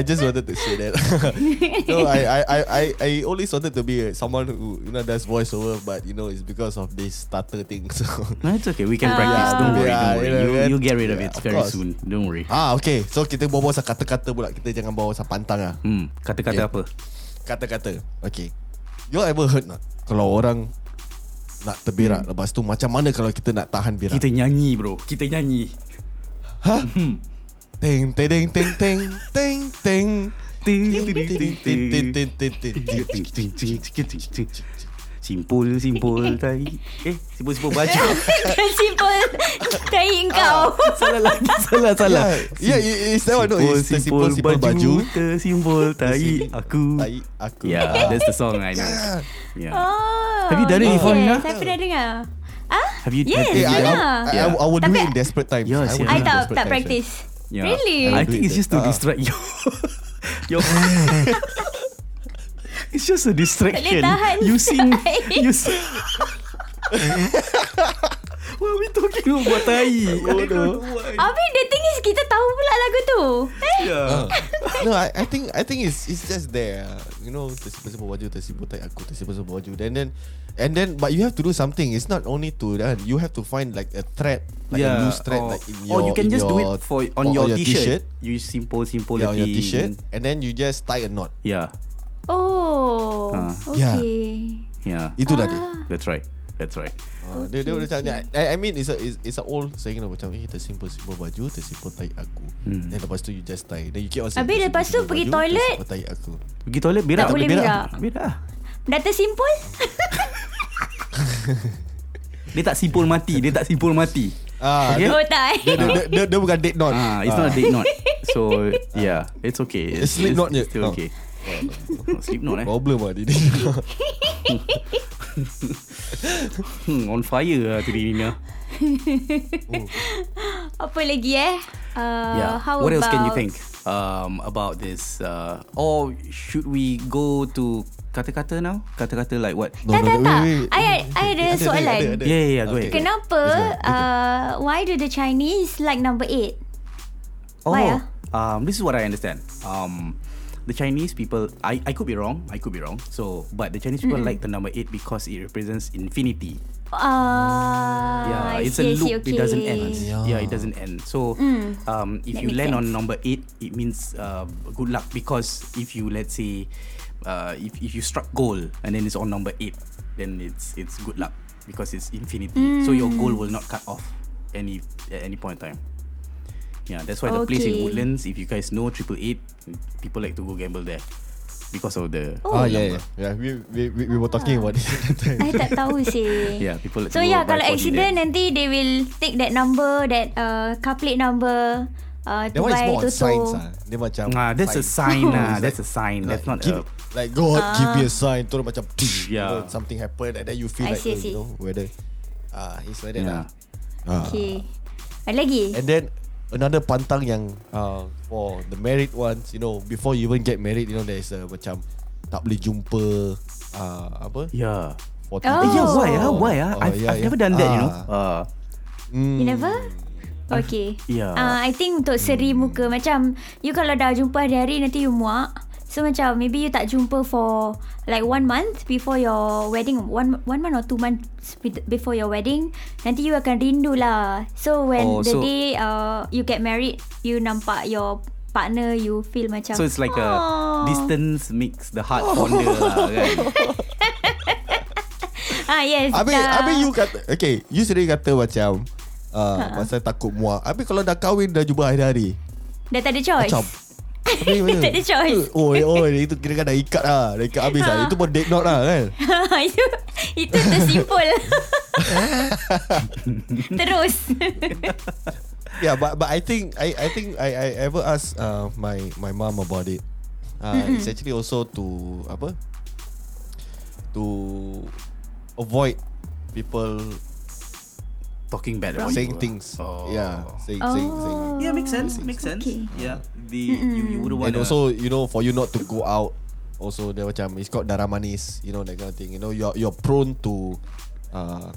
Speaker 1: I just wanted to say that (laughs) No I, I, I, I, I always wanted to be uh, Someone who You know does voiceover But you know It's because of this starter thing (laughs) So
Speaker 2: No, it's okay. We can practice. Don't worry.
Speaker 1: Yeah,
Speaker 2: Don't
Speaker 1: yeah,
Speaker 2: worry. You,
Speaker 1: yeah.
Speaker 2: you'll get rid of
Speaker 1: Yeah,
Speaker 2: it
Speaker 1: of
Speaker 2: very
Speaker 1: course.
Speaker 2: soon. Don't worry.
Speaker 1: Ah okay So kita bawa pasal kata-kata pula Kita jangan bawa pasal pantang lah
Speaker 2: Hmm, kata-kata apa?
Speaker 1: Kata-kata Okay You all ever heard not Kalau orang Nak terberak Lepas tu macam mana Kalau kita nak tahan berak
Speaker 2: Kita nyanyi bro. Kita nyanyi.
Speaker 1: Ting ting ting ting ting ting ting
Speaker 2: Simpul,
Speaker 1: (laughs)
Speaker 2: simpul tai. Eh, simpul-simpul baju.
Speaker 3: Simple tai engkau.
Speaker 2: (laughs) salah lagi, salah,
Speaker 1: Ya,
Speaker 2: salah.
Speaker 1: Yeah, yeah, it's that one. No, it's the simple, simple baju. (laughs)
Speaker 2: Tersimpul tai
Speaker 1: Tersimpul
Speaker 2: aku.
Speaker 1: Tai aku.
Speaker 2: Yeah,
Speaker 3: Eh,
Speaker 2: that's the song I know. Yeah.
Speaker 3: Oh.
Speaker 2: Ah. Have you done it
Speaker 3: yes,
Speaker 2: before, Nina?
Speaker 3: Saya pernah dengar. Ah?
Speaker 2: Have you-
Speaker 3: Yes,
Speaker 2: have
Speaker 1: Eh,
Speaker 2: you-
Speaker 1: I,
Speaker 3: yeah.
Speaker 1: I, I, I would do it in desperate times. I
Speaker 2: Yeah,
Speaker 1: would do
Speaker 2: sia.
Speaker 1: it
Speaker 3: I
Speaker 1: in
Speaker 3: tak
Speaker 1: desperate times,
Speaker 3: tak
Speaker 1: eh.
Speaker 3: practice. Really?
Speaker 2: I Ah. think it's just to distract you. (laughs) Your (laughs) It's just a distraction.
Speaker 3: tahan.
Speaker 2: You
Speaker 3: (laughs)
Speaker 2: sing, you sing. (laughs) What are we talking about tai? Oh, (laughs) I don't know. why.
Speaker 3: Abi, the thing is kita tahu pula lagu tu. Eh?
Speaker 2: Yeah.
Speaker 1: No, I, I think I think it's it's just there. You know, tersipu-sipu baju, tersipu tai aku, tersipu-sipu baju. Then then and then but you have to do something. It's not only to that. You have to find like a thread, like a loose thread, like in your
Speaker 2: or Oh. you can
Speaker 1: in
Speaker 2: just do
Speaker 1: your-
Speaker 2: it for
Speaker 1: or-
Speaker 2: on
Speaker 1: or
Speaker 2: your, t-shirt. You simple, simple.
Speaker 1: Yeah, on your
Speaker 2: thing.
Speaker 1: t-shirt, and then you just tie a knot.
Speaker 2: Yeah,
Speaker 3: Oh.
Speaker 2: Ah.
Speaker 3: Okay.
Speaker 2: yeah.
Speaker 3: Ah.
Speaker 1: Itulah Ya. dia.
Speaker 2: That's right. That's right.
Speaker 1: Ah, Dia dia macam ni. I, I mean it's a it's, it's a old saying lah macam eh tersimpul-simpul baju, tersimpul tai aku.
Speaker 2: Hmm.
Speaker 1: Then lepas tu you just tie. Then you keep on saying.
Speaker 3: Habis lepas tu
Speaker 1: tersimpul
Speaker 3: pergi
Speaker 1: baju,
Speaker 3: toilet.
Speaker 1: Tersimpul tai aku.
Speaker 2: Pergi toilet berak.
Speaker 3: Tak boleh berak.
Speaker 2: Berak. lah.
Speaker 3: Dah tersimpul?
Speaker 2: Dia tak simpul mati. Dia tak simpul mati.
Speaker 1: Ah,
Speaker 2: Okay?
Speaker 1: dia,
Speaker 3: (laughs) Oh tak eh?
Speaker 1: dia, dia, dia, dia, dia bukan date knot.
Speaker 2: Ah, it's not a date knot.
Speaker 1: (laughs)
Speaker 2: So yeah, it's okay.
Speaker 1: It's slip knot je.
Speaker 2: it's Still
Speaker 1: Oh.
Speaker 2: okay. Oh, slip knot eh.
Speaker 1: Problem lah dia.
Speaker 2: Hmm, on fire lah tadi Nina.
Speaker 3: Apa lagi eh? Uh,
Speaker 2: yeah.
Speaker 3: How
Speaker 2: Ya. what
Speaker 3: about
Speaker 2: else can you think um, about this? Uh, or should we go to kata-kata now? Kata-kata like what?
Speaker 1: No,
Speaker 3: Tak,
Speaker 1: no,
Speaker 3: tak,
Speaker 1: no,
Speaker 3: tak.
Speaker 1: wait, wait.
Speaker 3: I had- I ada soalan.
Speaker 2: Yeah, yeah, yeah, go ahead.
Speaker 1: Okay.
Speaker 3: Kenapa uh, why do the Chinese like number 8?
Speaker 2: Oh,
Speaker 3: Why, ah?
Speaker 2: um, this is what I understand. Um, the Chinese people, I, I could be wrong. I could be wrong. So, but the Chinese people like the number eight because it represents infinity.
Speaker 3: Ah,
Speaker 2: yeah,
Speaker 3: I
Speaker 2: it's a
Speaker 3: see, I
Speaker 2: loop.
Speaker 3: see, okay. Mm.
Speaker 2: It doesn't end.
Speaker 1: Yeah.
Speaker 2: Yeah. it doesn't end. So, um, if
Speaker 3: That
Speaker 2: you
Speaker 3: makes
Speaker 2: land on
Speaker 3: sense.
Speaker 2: number eight, it means uh, good luck because if you let's say, uh, if if you struck goal and then it's on number eight, then it's it's good luck because it's infinity. So
Speaker 3: Mm.
Speaker 2: your goal will not cut off any at any point in time. Yeah, that's why the place in
Speaker 3: Okay.
Speaker 2: Woodlands, if you guys know Triple Eight, people like to go gamble there because of the
Speaker 1: Oh, yeah, yeah. yeah we, we, we, we were talking about this.
Speaker 3: I tak tahu sih.
Speaker 2: (laughs) yeah people. Like to
Speaker 3: So
Speaker 2: go
Speaker 3: yeah,
Speaker 2: buy
Speaker 3: kalau
Speaker 2: 4D there.
Speaker 3: accident nanti they will take that number, that uh, car plate number uh,
Speaker 1: (laughs)
Speaker 3: to
Speaker 1: That one is
Speaker 3: buy
Speaker 1: more on
Speaker 3: Toto.
Speaker 1: signs ah. Dia macam
Speaker 2: Ah, that's a sign
Speaker 1: (laughs)
Speaker 2: ah. That's a sign. That's not
Speaker 1: give,
Speaker 2: a
Speaker 1: like God give me a sign Terus macam
Speaker 2: Yeah.
Speaker 1: you know, Something happen And then you feel
Speaker 3: Ah. I
Speaker 1: like
Speaker 3: see,
Speaker 1: oh,
Speaker 3: see.
Speaker 1: You know whether Ah, He's like that
Speaker 2: Yeah.
Speaker 1: lah Ah.
Speaker 3: Okay. Ada lagi?
Speaker 1: And then another pantang yang uh, for the married ones, you know, before you even get married, you know, there is a macam tak boleh jumpa uh, apa?
Speaker 2: yeah.
Speaker 1: For
Speaker 3: Oh.
Speaker 2: Yeah, why?
Speaker 3: Oh.
Speaker 2: Ah, why? Ah, I've, I've never done that, you know.
Speaker 1: Ah,
Speaker 2: Uh,
Speaker 1: hmm.
Speaker 3: You
Speaker 2: Hmm.
Speaker 3: never?
Speaker 2: Ah,
Speaker 3: Okay.
Speaker 2: yeah.
Speaker 3: Uh, I think
Speaker 2: Hmm.
Speaker 3: untuk seri muka macam you kalau dah jumpa hari-hari nanti you muak. So macam maybe you tak jumpa for like one month before your wedding. One one month or two months be- before your wedding. Nanti you akan rindu lah. So when
Speaker 2: Oh,
Speaker 3: the
Speaker 2: so-
Speaker 3: day uh, you get married, you nampak your partner, you feel macam.
Speaker 2: So it's like a
Speaker 3: "Aw."
Speaker 2: distance makes the heart
Speaker 1: (laughs)
Speaker 2: fonder lah, kan?
Speaker 3: Ah yes.
Speaker 1: Abi,
Speaker 3: dah.
Speaker 1: abi you kata, okay, you sendiri kata macam uh,
Speaker 3: Ha.
Speaker 1: masa takut muak. Abi kalau dah kahwin dah jumpa hari-hari.
Speaker 3: Dah tak ada choice. (laughs)
Speaker 1: Macam Abi mana?
Speaker 3: Tak ada choice. Ha.
Speaker 1: Oh, eh, oh, itu kira kan dah ikat lah. Dah ikat habis lah. Itu pun date note lah kan.
Speaker 3: (laughs) itu itu
Speaker 2: (laughs)
Speaker 3: tersimpul. Terus.
Speaker 1: yeah, but but I think I I think I I ever ask uh, my my mom about it. Uh, It's actually also to apa? To avoid people
Speaker 2: Talking bad about
Speaker 1: saying
Speaker 2: people.
Speaker 1: things.
Speaker 2: Oh.
Speaker 1: Yeah, saying saying saying.
Speaker 3: Oh.
Speaker 2: Yeah, makes sense. Makes sense.
Speaker 3: Okay.
Speaker 2: Yeah, the you, you wouldn't want.
Speaker 1: And also you know for you not to go out, also dia macam it's called darah manis. You know that kind of thing. You know you're you're prone to. Uh,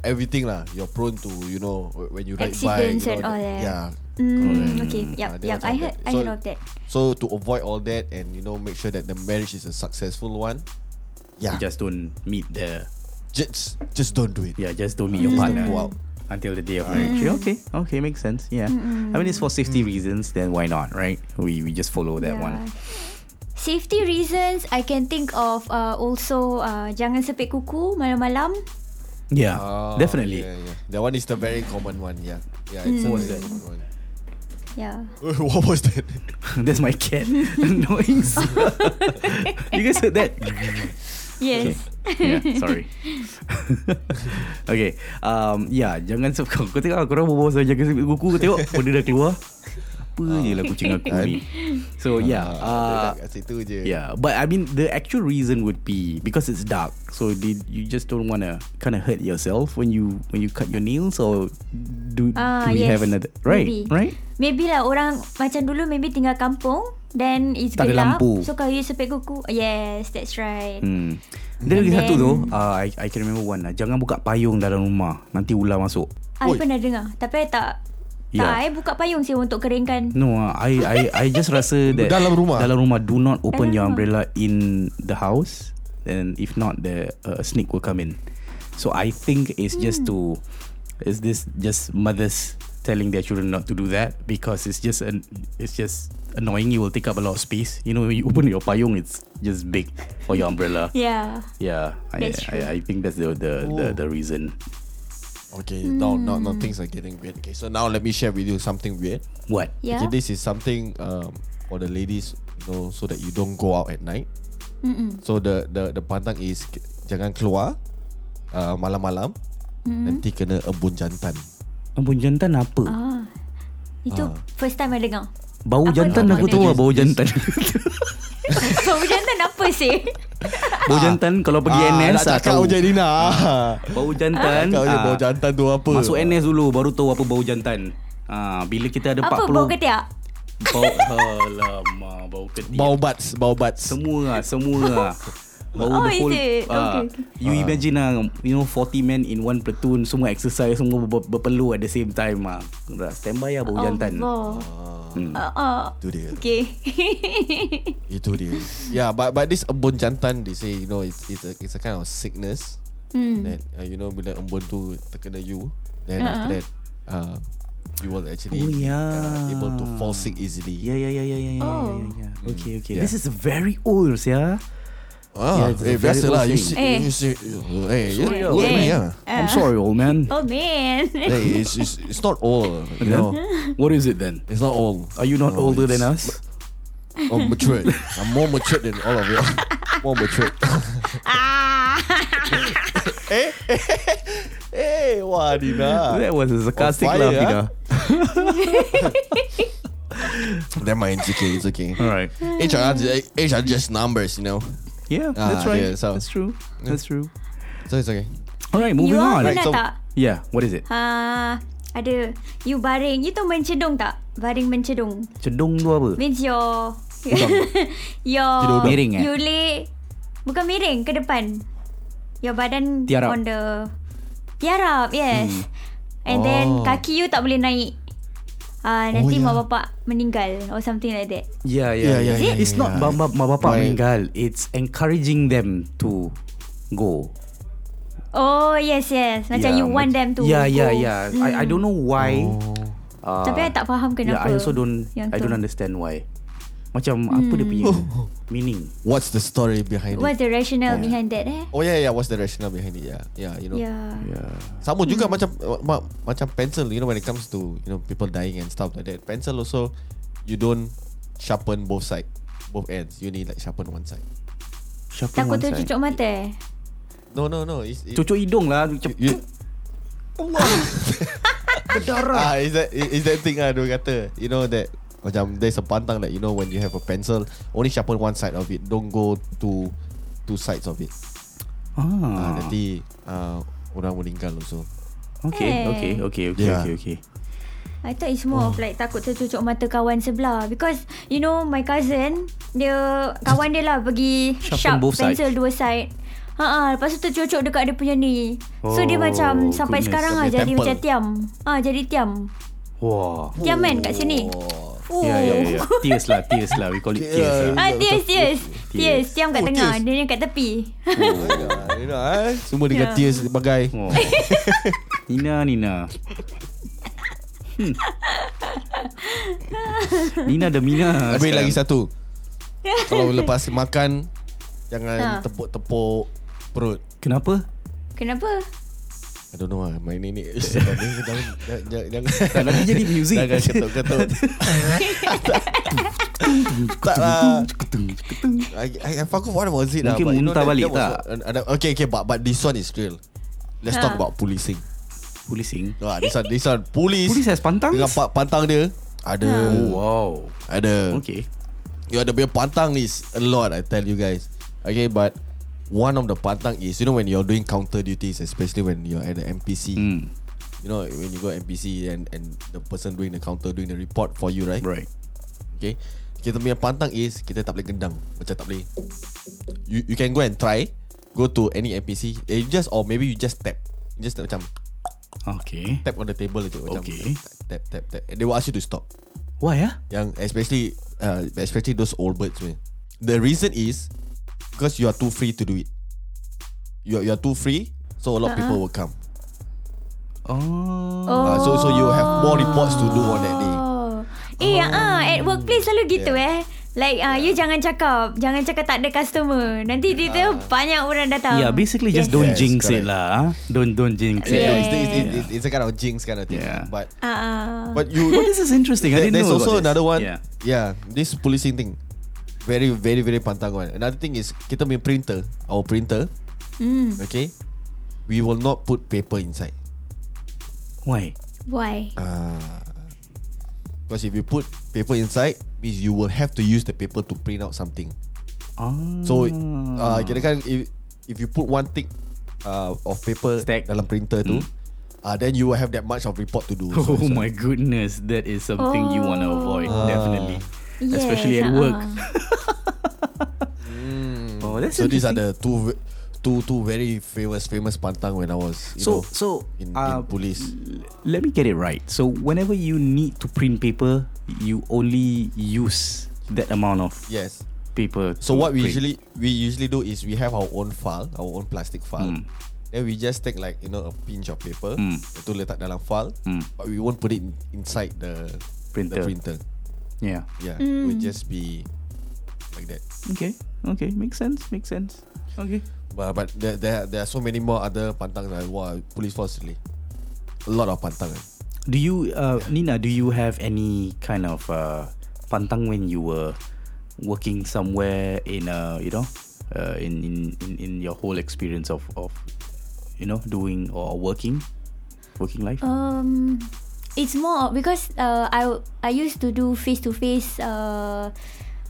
Speaker 1: Everything lah You're prone to You know When you ride
Speaker 3: Accidents
Speaker 1: bike you
Speaker 3: and
Speaker 1: know,
Speaker 3: all that.
Speaker 1: Yeah
Speaker 3: Mm, okay.
Speaker 1: Ah,
Speaker 3: Yep.
Speaker 1: dia
Speaker 3: Yep.
Speaker 1: macam
Speaker 3: I
Speaker 1: that.
Speaker 3: heard. I
Speaker 1: So-
Speaker 3: heard of that.
Speaker 1: So to avoid all that and you know make sure that the marriage is a successful one. Yeah. Just
Speaker 2: just don't meet the
Speaker 1: just, just don't do it.
Speaker 2: yeah, just don't meet your
Speaker 1: Mm. Just
Speaker 2: partner
Speaker 1: don't go out. Mm.
Speaker 2: until the day of marriage. Yeah, Okay, okay, makes sense. Yeah, I mean it's for safety reasons. Then why not, right? We we just follow that
Speaker 3: Yeah.
Speaker 2: one.
Speaker 3: Safety reasons, I can think of uh, also uh, jangan sepit kuku malam-malam.
Speaker 2: Yeah,
Speaker 1: Ah,
Speaker 2: definitely.
Speaker 1: Yeah, yeah. That one is the very common one. Yeah. Yeah. It's a
Speaker 2: What was
Speaker 1: very
Speaker 2: that?
Speaker 1: common one. (laughs)
Speaker 3: Yeah.
Speaker 1: what was that?
Speaker 2: (laughs) That's my cat (laughs)
Speaker 1: (laughs)
Speaker 2: noise. (laughs) you guys heard that?
Speaker 3: Yes.
Speaker 2: (laughs) yeah, sorry. (laughs) okay. Um, yeah, jangan sebab kau, kau tengok ah, korang berbual pasal jangan sebab kuku kau tengok benda dah keluar. Apa je lah kucing aku ni. So
Speaker 1: (laughs)
Speaker 2: yeah,
Speaker 1: Ah,
Speaker 2: uh,
Speaker 1: Kat situ je.
Speaker 2: yeah, but I mean the actual reason would be because it's dark. So did you just don't want to kind of hurt yourself when you when you cut your nails or do,
Speaker 3: Ah,
Speaker 2: do we
Speaker 3: yes.
Speaker 2: have another right?
Speaker 3: Maybe.
Speaker 2: Right?
Speaker 3: (laughs) Maybe lah orang macam dulu maybe tinggal kampung. Then it's
Speaker 2: Tak ada
Speaker 3: gelap.
Speaker 2: lampu.
Speaker 3: So kalau you sepit kuku. Yes, that's right.
Speaker 2: Hmm. Dia lagi
Speaker 3: And
Speaker 2: satu
Speaker 3: then-
Speaker 2: tu, uh, I, I can remember one lah. Jangan buka payung dalam rumah. Nanti ular masuk.
Speaker 3: I
Speaker 1: Oi.
Speaker 3: Ah, pernah dengar. Tapi I tak tak
Speaker 2: Yeah.
Speaker 3: I buka payung sih untuk keringkan.
Speaker 2: No, uh, I I I just
Speaker 1: (laughs)
Speaker 2: rasa that
Speaker 1: Dalam rumah?
Speaker 2: Dalam rumah do not open
Speaker 3: Dalam
Speaker 2: your
Speaker 3: rumah.
Speaker 2: umbrella in the house and if not the uh, snake will come in. So I think it's just
Speaker 3: Hmm.
Speaker 2: to is this just mothers telling their children not to do that because it's just an it's just annoying you will take up a lot of space. You know, when you open your payung it's just big for your umbrella.
Speaker 3: (laughs) Yeah.
Speaker 2: Yeah, I,
Speaker 3: That's
Speaker 2: I I think that's the the, the
Speaker 1: Oh.
Speaker 2: the reason.
Speaker 1: Okay. Now, now, now things are getting weird. Okay. So now let me share with you something weird.
Speaker 2: What?
Speaker 3: Yeah.
Speaker 1: Okay. This is something um, for the ladies, you know, so that you don't go out at night. Mm-mm. So the the the pantang is k- jangan keluar uh, malam-malam. Mm-hmm. Nanti kena embun jantan.
Speaker 2: Ambon jantan apa?
Speaker 3: Ah. Itu
Speaker 2: Ah.
Speaker 3: first time I dengar. (laughs)
Speaker 2: Bau
Speaker 3: Apa
Speaker 2: jantan
Speaker 3: dia
Speaker 2: aku
Speaker 3: maksudnya?
Speaker 2: tahu lah bau jantan. (laughs)
Speaker 3: So jantan apa sih?
Speaker 2: bau jantan kalau pergi NS
Speaker 1: Ah, Nak
Speaker 2: tak
Speaker 1: cakap
Speaker 2: tahu.
Speaker 1: je Dina
Speaker 2: Bau jantan.
Speaker 1: Kau je
Speaker 2: ah,
Speaker 1: bau jantan tu apa
Speaker 2: Masuk NS dulu baru tahu apa bau jantan. Ah, bila kita ada
Speaker 3: Apa
Speaker 2: 40
Speaker 3: bau ketiak?
Speaker 2: Bau alamak, bau ketiak.
Speaker 1: Bau bats Bau bats
Speaker 2: semua lah, semua lah. Bau
Speaker 3: Oh,
Speaker 2: the
Speaker 3: is
Speaker 2: whole
Speaker 3: it? Okay,
Speaker 2: ah,
Speaker 3: okay.
Speaker 2: You imagine lah You know 40 men in one platoon Semua exercise Semua ber- berpeluh at the same time ah. Dah Standby lah bau jantan
Speaker 3: Allah.
Speaker 2: Hmm.
Speaker 3: Ah, ah.
Speaker 1: Itu dia
Speaker 3: Okay. (laughs)
Speaker 1: Itu dia Yeah but but this embun jantan They say you know It's it's a, it's a kind of sickness mm. That uh, you know Bila embun tu Terkena you Then uh-huh. after that uh, You will actually
Speaker 2: Oh,
Speaker 1: uh,
Speaker 2: yeah.
Speaker 1: Able to fall sick easily
Speaker 2: Yeah, yeah, yeah, yeah, yeah, yeah,
Speaker 3: Oh.
Speaker 2: yeah, yeah, yeah. ya, Okay, okay.
Speaker 1: Yeah.
Speaker 2: This is very old, yeah.
Speaker 1: Ah,
Speaker 2: Yeah, it's a
Speaker 1: Eh
Speaker 2: very
Speaker 1: biasa lah
Speaker 2: old
Speaker 1: You see
Speaker 2: thing.
Speaker 3: Eh.
Speaker 1: You see Eh you
Speaker 2: Sorry,
Speaker 1: Look at me
Speaker 3: okay.
Speaker 1: yeah
Speaker 2: I'm sorry, old man.
Speaker 3: (laughs) oh man.
Speaker 1: Hey, it's, it's, it's not old You know
Speaker 2: What is it then?
Speaker 1: It's not old
Speaker 2: Are you not
Speaker 1: No,
Speaker 2: older
Speaker 1: it's-
Speaker 2: than us?
Speaker 1: Oh, matured. I'm more matured than all of you. (laughs) more matured.
Speaker 3: Ah,
Speaker 1: eh, (laughs) eh, eh, wah, Dina.
Speaker 2: That was a sarcastic
Speaker 1: fire,
Speaker 2: laugh,
Speaker 1: ah.
Speaker 2: Dina.
Speaker 1: Never mind. It's okay. It's okay.
Speaker 2: All right.
Speaker 1: Age are, age are just numbers, you know.
Speaker 2: Yeah, that's
Speaker 1: Ah,
Speaker 2: right.
Speaker 1: yeah, so-
Speaker 2: That's true. That's true.
Speaker 1: So it's okay.
Speaker 2: All right, moving
Speaker 3: you
Speaker 2: on.
Speaker 3: all pernah
Speaker 1: so-
Speaker 3: tak?
Speaker 2: Yeah, what is it?
Speaker 3: Ah, ada you baring. You tahu mencedung tak? Baring mencedung.
Speaker 2: Cedung tu apa?
Speaker 3: Means your (laughs) your
Speaker 2: Tidur udang. Miring, eh?
Speaker 3: You lay bukan miring ke depan. Your badan
Speaker 2: Tiarap. Hmm.
Speaker 3: on the tiarap, yes. And
Speaker 1: Oh.
Speaker 3: then kaki you tak boleh naik. Ah uh,
Speaker 2: Oh, ya.
Speaker 3: nanti
Speaker 1: yeah.
Speaker 3: mak bapak meninggal or something like that.
Speaker 2: Yeah,
Speaker 1: Yeah,
Speaker 2: yeah,
Speaker 1: yeah, yeah,
Speaker 2: It's
Speaker 1: yeah,
Speaker 2: not
Speaker 1: yeah.
Speaker 2: ba- ba- ma bapak
Speaker 1: Right.
Speaker 2: meninggal. It's encouraging them to go.
Speaker 3: Oh yes yes. Macam
Speaker 2: yeah,
Speaker 3: you want
Speaker 2: mac-
Speaker 3: them to
Speaker 2: Yeah, yeah,
Speaker 3: go. Hmm.
Speaker 2: yeah. Ya, I I don't know why.
Speaker 1: Oh.
Speaker 2: Uh,
Speaker 3: Tapi I tak faham
Speaker 2: Yeah,
Speaker 3: kenapa.
Speaker 2: I also don't.
Speaker 3: yang
Speaker 2: I
Speaker 3: tu.
Speaker 2: don't understand why. Macam apa dia punya
Speaker 1: Hmm. (laughs)
Speaker 2: meaning?
Speaker 1: What's the story behind it?
Speaker 3: What's the
Speaker 2: Ya.
Speaker 3: rationale yeah. behind that eh? Ya.
Speaker 1: Oh yeah, yeah. What's the rationale behind it? Yeah, yeah. You know.
Speaker 3: Yeah.
Speaker 2: Yeah.
Speaker 1: Sama juga macam ma, macam pencil. You know, when it comes to you know people dying and stuff like that, pencil also you don't sharpen both side, both ends. You need like sharpen one side.
Speaker 2: Sharpen
Speaker 3: Takut
Speaker 2: one side.
Speaker 3: tercucuk mata eh?
Speaker 1: No, no, no. It's, it,
Speaker 2: Cucuk hidung lah. Macam
Speaker 1: you, ah,
Speaker 2: berdarah.
Speaker 1: is that is that thing ah? Dia orang kata, you know that macam there's a pantang that you know when you have a pencil, only sharpen one side of it. Don't go to two sides of it. Ah, Oh,
Speaker 2: Ah.
Speaker 1: nanti ah, orang meninggal also.
Speaker 2: Okay,
Speaker 3: Eh.
Speaker 2: okay, okay, okay,
Speaker 1: Yeah.
Speaker 2: okay, okay.
Speaker 3: I thought it's more oh. of like takut tercucuk mata kawan sebelah because you know my cousin dia kawan dia lah pergi
Speaker 2: Sharpen
Speaker 3: sharp
Speaker 2: both sides.
Speaker 3: pencil dua side. Ha ah, lepas tu tercucuk dekat dia punya ni. So
Speaker 2: Oh,
Speaker 3: dia macam sampai
Speaker 2: goodness.
Speaker 3: sekarang ah
Speaker 1: Dia
Speaker 3: jadi
Speaker 1: temple.
Speaker 3: macam tiam. Ah jadi tiam.
Speaker 2: Wah.
Speaker 3: Tiam kan kat sini. Oh.
Speaker 2: Yeah, yeah,
Speaker 3: (laughs)
Speaker 2: yeah. Ya, Tears lah, tears lah. We call it tears
Speaker 1: (laughs)
Speaker 2: lah.
Speaker 3: Ah, tias, tias. Tias, tiam kat
Speaker 1: Oh,
Speaker 3: tengah.
Speaker 1: tears.
Speaker 3: Dia ni kat tepi.
Speaker 1: Ah, you know, ah, semua dengan
Speaker 3: Yeah.
Speaker 1: tears bagai.
Speaker 2: Oh. Nina, Nina. Hmm. Nina ada Mina.
Speaker 1: Habis
Speaker 2: sekarang.
Speaker 1: lagi
Speaker 3: (laughs)
Speaker 1: satu Kalau lepas makan Jangan
Speaker 3: Ha.
Speaker 1: tepuk-tepuk perut
Speaker 2: Kenapa?
Speaker 3: Kenapa?
Speaker 1: I don't know lah My (laughs) nenek cakap ni, Jangan Jangan
Speaker 2: Tak,
Speaker 1: jangan-
Speaker 2: nanti jadi music.
Speaker 1: Jangan ketuk-ketuk (laughs) Tak lah I, I, I forgot what was it lah
Speaker 2: Mungkin
Speaker 1: but you know
Speaker 2: muntah
Speaker 1: that-
Speaker 2: balik
Speaker 1: that was
Speaker 2: tak?
Speaker 1: an- an- Okay okay but, but this one is real Let's
Speaker 3: Ha.
Speaker 1: talk about policing
Speaker 2: Policing.
Speaker 1: Wah, This one This one Police
Speaker 2: Polis has pantang?
Speaker 1: Dengan pa- pantang dia Ada
Speaker 2: Oh, wow.
Speaker 1: Ada
Speaker 2: Okay.
Speaker 1: Yo, the punya pantang is a lot, I tell you guys. Okay, but one of the pantang is, you know, when you're doing counter duties, especially when you're at the MPC,
Speaker 2: Hmm.
Speaker 1: you know, when you go MPC and, and the person doing the counter, doing the report for you, right?
Speaker 2: Right.
Speaker 1: Okay. Kita punya pantang is, kita tak boleh gendang. Macam tak boleh. You, you can go and try, go to any MPC, eh, you just, or maybe you just tap. You just macam,
Speaker 2: Okay.
Speaker 1: tap on the table je. Macam,
Speaker 2: Okay.
Speaker 1: Tap, tap, tap. And they will ask you to stop.
Speaker 2: Why ah?
Speaker 1: Yang especially uh, Especially those old birds man. The reason is Because you are too free to do it You are, you are too free So a lot of people will come
Speaker 2: Oh.
Speaker 1: uh, So so you have more reports to do on that day
Speaker 3: Oh. Eh, ah, ah, at workplace selalu gitu eh. Like ah, you jangan cakap, jangan cakap tak ada customer. Nanti
Speaker 1: Ah.
Speaker 3: dia banyak orang datang.
Speaker 2: Yeah, basically just
Speaker 3: Um, Yes.
Speaker 2: don't
Speaker 1: Yes,
Speaker 2: jinx
Speaker 1: correct.
Speaker 2: it lah. ah. Don't don't jinx
Speaker 1: You know,
Speaker 2: it.
Speaker 1: it's, it's, it's, it's, it's a kind of jinx kind of thing
Speaker 2: Yeah.
Speaker 1: But
Speaker 3: Ah, ah.
Speaker 1: But you
Speaker 2: But this is interesting. I
Speaker 1: there-
Speaker 2: didn't
Speaker 1: There's
Speaker 2: know about
Speaker 1: also
Speaker 2: this.
Speaker 1: another one
Speaker 2: Yeah.
Speaker 1: yeah. This policing thing Very very very pantang one Another thing is Kita punya printer Our printer Okay We will not put paper inside
Speaker 2: Why?
Speaker 3: Why?
Speaker 2: Ah.
Speaker 1: Because if you put paper inside, means you will have to use the paper to print out something.
Speaker 2: Ah.
Speaker 1: So, uh, kirakan if if you put one thick uh, of paper
Speaker 2: Stack. Hmm.
Speaker 1: dalam printer tu, uh, then you will have that much of report to do.
Speaker 2: (laughs) (laughs) Oh my goodness, that is something you want to avoid definitely,
Speaker 3: Yes,
Speaker 2: especially at
Speaker 3: ah,
Speaker 2: work.
Speaker 3: ah.
Speaker 2: Oh, that's
Speaker 1: So these are the two ve- two two very famous famous pantang when I was you
Speaker 2: so
Speaker 1: know
Speaker 2: so.
Speaker 1: in, in
Speaker 2: uh,
Speaker 1: police.
Speaker 2: let me get it right. So whenever you need to print paper, you only use that amount of
Speaker 1: Yes.
Speaker 2: paper.
Speaker 1: So
Speaker 2: to
Speaker 1: what we
Speaker 2: print.
Speaker 1: usually we usually do is we have our own file, our own plastic file. Then we just take like you know a pinch of paper, itu letak dalam file, but we won't put it in, inside the The
Speaker 2: Printer.
Speaker 1: printer,
Speaker 2: yeah.
Speaker 1: yeah,
Speaker 2: Hmm.
Speaker 1: it would just be like that.
Speaker 2: Okay. Okay. Makes sense. Makes sense. Okay.
Speaker 1: But but there there, there are so many more other pantang that wow, police force really, a lot of pantang. Eh.
Speaker 2: Do you, uh, Nina? Do you have any kind of uh, pantang when you were working somewhere in uh, you know, uh, in, in in in your whole experience Oh. of of you know doing or working, working life?
Speaker 3: Um, it's more of- because uh, I I used to do face to face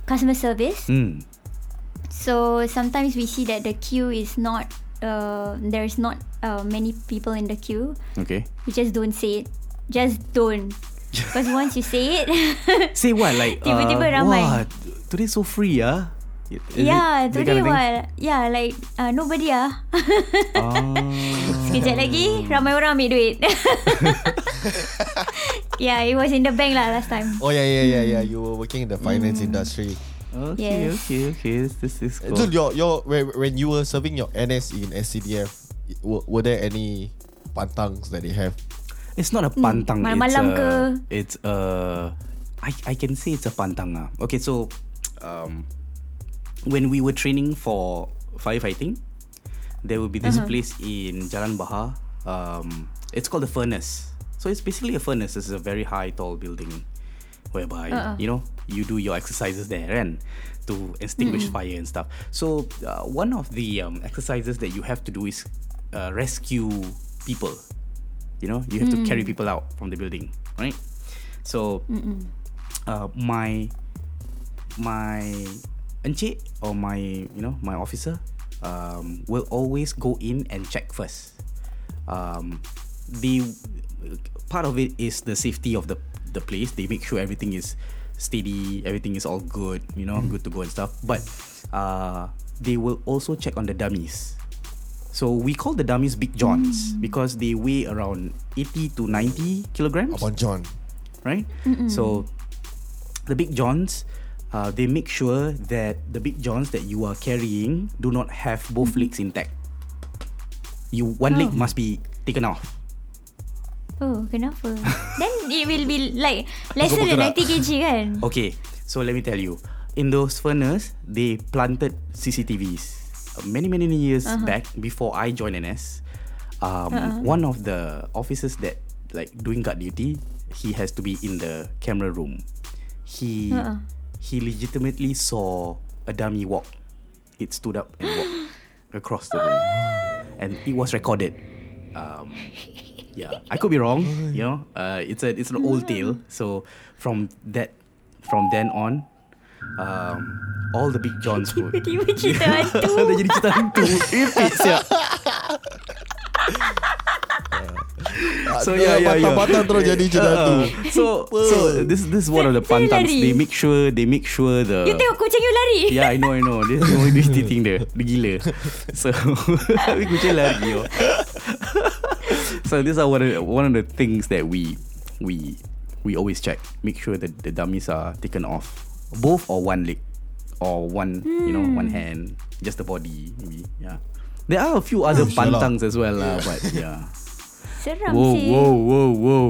Speaker 3: customer service.
Speaker 2: Mm.
Speaker 3: So sometimes we see that the queue is not uh, there is not uh, many people in the queue.
Speaker 2: Okay.
Speaker 3: You just don't say it. Just don't.
Speaker 2: (laughs)
Speaker 3: Because once you say it,
Speaker 2: Say what? Like
Speaker 3: Tiba-tiba
Speaker 2: uh,
Speaker 3: ramai.
Speaker 2: Wah, today so free ah. Is it
Speaker 3: (laughs)
Speaker 2: that
Speaker 3: yeah,
Speaker 2: kind
Speaker 3: today
Speaker 2: of thing?
Speaker 3: what? Yeah, like uh, nobody ah. (laughs)
Speaker 2: Ah.
Speaker 3: Sekejap
Speaker 2: Hmm.
Speaker 3: lagi ramai orang ambil
Speaker 2: (laughs)
Speaker 3: duit. yeah, it was in the bank lah last time.
Speaker 1: Oh yeah yeah yeah
Speaker 2: Hmm.
Speaker 1: yeah. You were working in the finance industry.
Speaker 2: Okay,
Speaker 3: Yes.
Speaker 2: okay, okay. This is cool.
Speaker 1: So your your when, when you were serving your NS in SCDF, were, were there any pantangs that they have?
Speaker 2: It's not a pantang. it's
Speaker 3: Hmm. malam-malam
Speaker 2: a,
Speaker 3: ke?
Speaker 2: It's a. I I can say it's a pantang ah. Okay, so, um, when we were training for firefighting, there will be this
Speaker 3: Uh-huh.
Speaker 2: place in Jalan Bahar. Um, it's called the furnace. So it's basically a furnace. It's a very high, tall building, whereby
Speaker 3: Uh-uh.
Speaker 2: you know you do your exercises there and to extinguish
Speaker 3: Hmm.
Speaker 2: fire and stuff. So uh, one of the um, exercises that you have to do is uh, rescue people. You know, you have to carry people out from the building, right? So, uh, my my encik or my you know my officer um, will always go in and check first. Um, the part of it is the safety of the the place. They make sure everything is steady, everything is all good, you know, good to go and stuff. But uh, they will also check on the dummies. So we call the dummies Big Johns because they weigh around 80 to 90 kilograms
Speaker 1: Upon John.
Speaker 2: right? So the big johns, uh, they make sure that the big johns that you are carrying do not have both legs intact. You one leg must be taken off.
Speaker 3: Oh, kenapa? Then it will be like lesser
Speaker 2: Aku
Speaker 3: than
Speaker 2: bergerak.
Speaker 3: 90 kg kan?
Speaker 2: Okay, so let me tell you. In those furnace, they planted CCTVs. Uh, Many, many years back, before I joined NS, um, one of the officers that like doing guard duty, he has to be in the camera room. He
Speaker 3: Uh-uh.
Speaker 2: he legitimately saw a dummy walk. It stood up and walked (gasps) across the room, and it was recorded. Um, yeah, I could be wrong. You know, uh, it's a it's an old tale. So from that, from then on, um, all the big Johns would.
Speaker 3: Tiba-tiba
Speaker 2: (laughs)
Speaker 3: cerita hantu.
Speaker 2: Dah jadi cerita hantu. Epic siap. So yeah, yeah, yeah.
Speaker 1: Patah-patah terus jadi cerita tu.
Speaker 2: Uh, so so this this is one of the
Speaker 3: Saya- saya
Speaker 2: pantams.
Speaker 3: lari.
Speaker 2: They make sure they make sure the
Speaker 3: You tengok kucing you lari?
Speaker 2: Yeah, I know, I know. Dia semua dia cheating dia. Dia gila. So, (laughs) tapi kucing lari. yo. so, these are one of, one of the things that we we we always check. Make sure that the dummies are taken off. Both or one leg. Or one, you know, one hand. Just the body, maybe. Yeah. There are a few other
Speaker 1: sure lah.
Speaker 2: pantangs as well lah, but yeah.
Speaker 3: Seram
Speaker 2: Whoa,
Speaker 3: sih.
Speaker 2: whoa, whoa, whoa.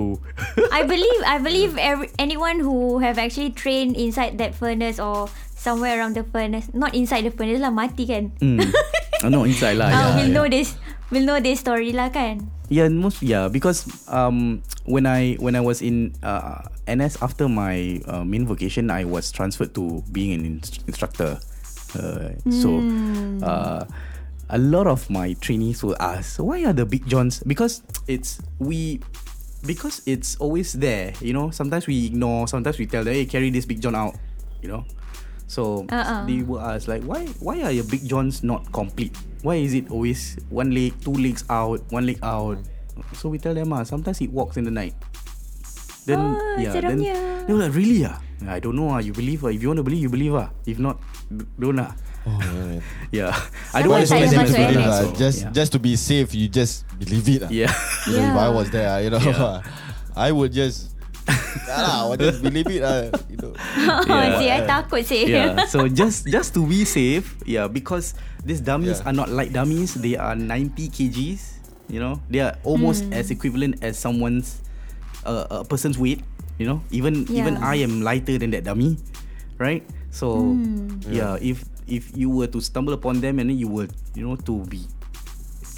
Speaker 2: (laughs)
Speaker 3: I believe I believe every, anyone who have actually trained inside that furnace or somewhere around the furnace, not inside the furnace lah mati kan. (laughs)
Speaker 2: Mm. Oh, no, inside lah.
Speaker 3: Ah,
Speaker 1: ya,
Speaker 2: yeah,
Speaker 3: we'll
Speaker 2: yeah.
Speaker 3: know this. We'll know this story lah kan.
Speaker 2: Yeah, most yeah because um when I when I was in uh, NS after my uh, main vocation, I was transferred to being an inst- instructor. Uh, So uh, a lot of my trainees will ask, "Why are the big johns?" Because it's we because it's always there. You know, sometimes we ignore, sometimes we tell them, "Hey, carry this big john out," you know. So
Speaker 3: Uh-uh.
Speaker 2: they will ask like, why why are your big johns not complete? Why is it always one leg, two legs out, one leg out? So we tell them ah, sometimes it walks in the night. Then
Speaker 3: Ah,
Speaker 2: yeah, then
Speaker 3: seramnya.
Speaker 2: they were like really ah. I don't know ah. You believe ah. If you want to believe, you believe ah. If not, d- don't ah.
Speaker 1: Oh, yeah.
Speaker 2: Yeah, (laughs) I don't want to let them do
Speaker 3: Sometimes I don't want to
Speaker 2: that.
Speaker 3: add
Speaker 1: Uh,
Speaker 2: ah, so,
Speaker 1: just
Speaker 2: yeah.
Speaker 1: just to be safe, you just believe it. ah.
Speaker 2: yeah.
Speaker 1: You know, if I
Speaker 3: Yeah.
Speaker 1: was there, ah, you know,
Speaker 2: Yeah.
Speaker 1: (laughs) I would just, yeah, lah, I would just believe it. ah, you know.
Speaker 3: (laughs) Oh,
Speaker 2: Yeah.
Speaker 3: sih, I takut sih.
Speaker 2: yeah. So just just to be safe, yeah, because these dummies
Speaker 1: Yeah.
Speaker 2: are not light dummies. They are 90 kgs. You know, they are almost
Speaker 3: Hmm.
Speaker 2: as equivalent as someone's uh, a person's weight. You know, even even
Speaker 3: Yeah.
Speaker 2: I am lighter than that dummy, right? So
Speaker 3: Hmm.
Speaker 2: yeah. if if you were to stumble upon them and then you were you know to be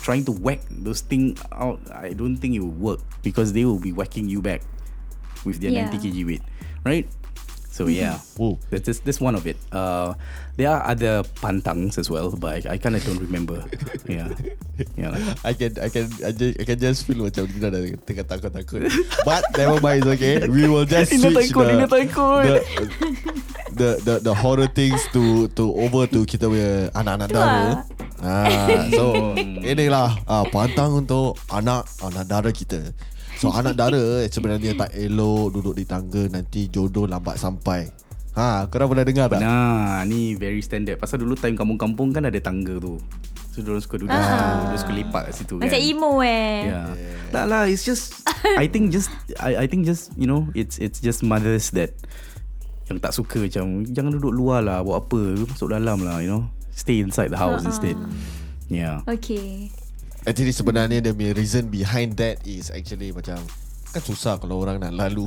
Speaker 2: trying to whack those thing out, I don't think it will work because they will be whacking you back with their
Speaker 3: Yeah.
Speaker 2: 90 kg weight, right? So yeah,
Speaker 1: Woo.
Speaker 2: that's, that's, that's one of it. Uh, there are other pantangs as well, but I, I kind of don't remember. yeah, yeah. like-
Speaker 1: I can I can I, just, I can just feel macam kita dah tengah takut-takut. But never mind, it's okay. We will just
Speaker 2: Ina
Speaker 1: switch
Speaker 2: takut,
Speaker 1: the,
Speaker 2: Ina takut.
Speaker 1: the, the the the horror things to to over to kita punya anak-anak dara. Ah, so inilah ah, pantang untuk anak anak dara kita. So anak dara sebenarnya tak elok duduk di tangga nanti jodoh lambat sampai. Ha, korang pernah dengar tak?
Speaker 2: Nah, ni very standard. Pasal dulu time kampung-kampung kan ada tangga tu. So diorang suka duduk situ, diorang suka lepak kat situ
Speaker 3: (laughs) Macam
Speaker 2: kan.
Speaker 3: emo eh.
Speaker 2: Yeah. Tak lah, it's just I think just I I think just you know, it's it's just mothers that yang tak suka macam jangan duduk luar lah, buat apa, masuk dalam lah, you know. Stay inside the house instead. Yeah.
Speaker 3: Okay.
Speaker 1: Actually sebenarnya the main reason behind that is actually macam kan susah kalau orang nak lalu.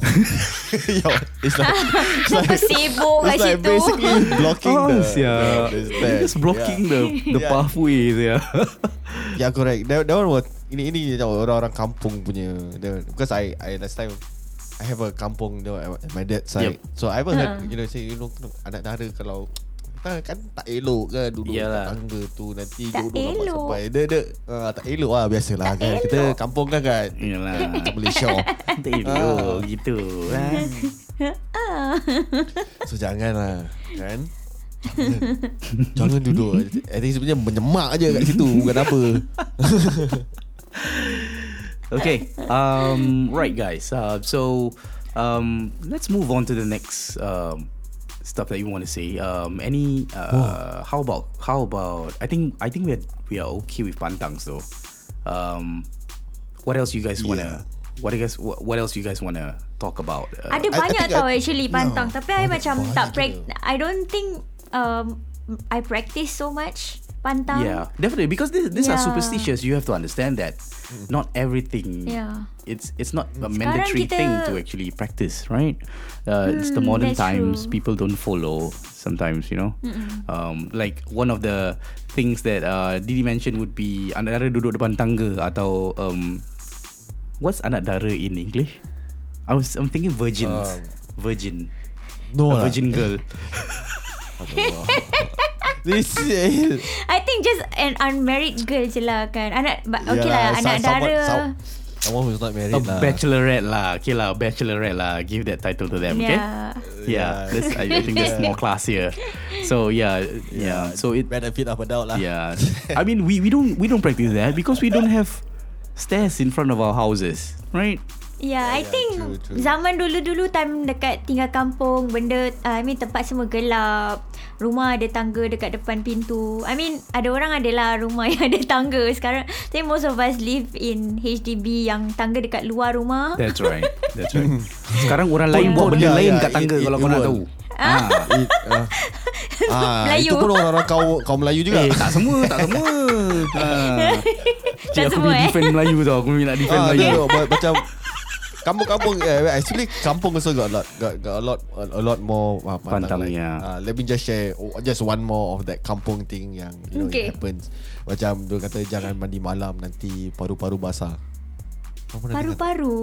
Speaker 1: (laughs) Yo, it's like it's like,
Speaker 3: Sibuk kat
Speaker 1: it's like
Speaker 3: situ.
Speaker 1: basically blocking the,
Speaker 2: sia.
Speaker 1: the, the
Speaker 2: You're Oh, just blocking the the
Speaker 1: Yeah.
Speaker 2: pathway there.
Speaker 1: Yeah, yeah correct. That, that one was ini ini macam orang-orang kampung punya. That- Because I I last time I have a kampung you know, at my dad's side.
Speaker 2: Yep.
Speaker 1: So I ever
Speaker 3: Uh-huh.
Speaker 1: heard you know say you know anak dara kalau tak- kan tak elok kan duduk kat
Speaker 2: Yalah.
Speaker 1: tangga tu nanti jodoh
Speaker 3: Tak
Speaker 1: lambat
Speaker 3: elok.
Speaker 1: sampai. Dia dia ah, tak elok lah biasalah
Speaker 3: Tak
Speaker 1: kan. Kita
Speaker 3: elok.
Speaker 1: kampung kan kan. (laughs)
Speaker 2: Yalah.
Speaker 1: Macam Malaysia.
Speaker 2: Tengok gitu. Ah.
Speaker 1: So janganlah Kan Jangan, jangan duduk I think sebenarnya menyemak je kat situ Bukan apa
Speaker 2: Okay. Um, right, guys. Uh, so um, let's move on to the next um, stuff that you want to say. Um, any? Uh, how about? How about? I think I think we are we are okay with pantangs though. Um, what else you guys wanna? What do you guys? What, what else you guys wanna talk about? Uh,
Speaker 3: (laughs) Ada
Speaker 1: I- I
Speaker 3: banyak
Speaker 1: think
Speaker 3: tau
Speaker 1: I-
Speaker 3: actually pantang
Speaker 1: Yeah.
Speaker 3: Tapi I
Speaker 1: Banyak-
Speaker 3: macam
Speaker 1: banyak
Speaker 3: tak prac.
Speaker 1: gila.
Speaker 3: I don't think um, I practice so much pantang
Speaker 2: yeah, definitely because this, these are
Speaker 3: Yeah.
Speaker 2: superstitious. You have to understand that not everything.
Speaker 3: Yeah.
Speaker 2: It's it's not a mandatory
Speaker 3: kita- Hmm,
Speaker 2: thing to actually practice, right? Uh, it's the modern
Speaker 3: that's
Speaker 2: times.
Speaker 3: true.
Speaker 2: People don't follow sometimes, you know. Um, like one of the things that uh, Didi mentioned would be anak dara duduk depan tangga atau um, what's anak dara in English? I was I'm thinking virgins, virgin,
Speaker 1: Um, No
Speaker 2: a
Speaker 1: lah
Speaker 2: virgin
Speaker 1: (laughs)
Speaker 2: girl.
Speaker 1: This is
Speaker 3: I think just an unmarried girl je lah kan Anak ba- Okay
Speaker 1: Yalah,
Speaker 3: lah Anak
Speaker 1: some- someone-
Speaker 3: dara
Speaker 1: some- Someone who's not married
Speaker 2: A
Speaker 1: lah
Speaker 2: bachelorette lah Okay lah Bachelorette lah Give that title to them Okay
Speaker 3: Yeah
Speaker 2: Yeah,
Speaker 1: (laughs)
Speaker 2: that's, I, I think that's (laughs) more classier. So yeah, yeah. So it
Speaker 1: Benefit of a doubt lah (laughs)
Speaker 2: yeah. I mean, we, we don't we don't practice that because we don't have stairs in front of our houses, right?
Speaker 3: Yeah,
Speaker 2: Ya,
Speaker 3: Ya, I
Speaker 1: yeah,
Speaker 3: think
Speaker 1: true, true.
Speaker 3: zaman dulu-dulu time dekat tinggal kampung, benda uh, I mean tempat semua gelap. Rumah ada tangga dekat depan pintu. I mean, ada orang adalah rumah yang ada tangga sekarang. Tapi most of us live in HDB yang tangga dekat luar rumah.
Speaker 2: That's right. That's right. (laughs) Sekarang orang lain buat benda
Speaker 1: Yeah,
Speaker 2: lain
Speaker 1: yeah,
Speaker 2: kat
Speaker 1: it-
Speaker 2: tangga
Speaker 1: it-
Speaker 2: kalau
Speaker 1: it
Speaker 2: kau nak
Speaker 1: will.
Speaker 2: tahu.
Speaker 1: (laughs)
Speaker 2: Ah,
Speaker 1: It,
Speaker 3: (laughs)
Speaker 1: ah. Ah,
Speaker 3: Melayu.
Speaker 1: Itu pun orang-orang kaum, kaum Melayu juga
Speaker 2: eh, tak semua, tak
Speaker 1: (laughs)
Speaker 2: semua. Ah. Cik,
Speaker 3: Tak
Speaker 2: aku
Speaker 3: semua
Speaker 2: ni
Speaker 3: eh.
Speaker 2: defend Melayu tau. Aku ni nak defend
Speaker 1: ah, dia,
Speaker 2: Melayu.
Speaker 1: tengok ma- Macam Kampung-kampung eh, Actually kampung also got a lot Got, got a lot A lot more uh,
Speaker 2: Pantang,
Speaker 1: like, ah,
Speaker 2: yeah.
Speaker 1: Let me just share oh, Just one more of that Kampung thing yang You know okay.
Speaker 3: Okay.
Speaker 1: it happens Macam dia kata Jangan mandi malam Nanti paru-paru basah Kau pernah dengar tak?
Speaker 3: Paru-paru.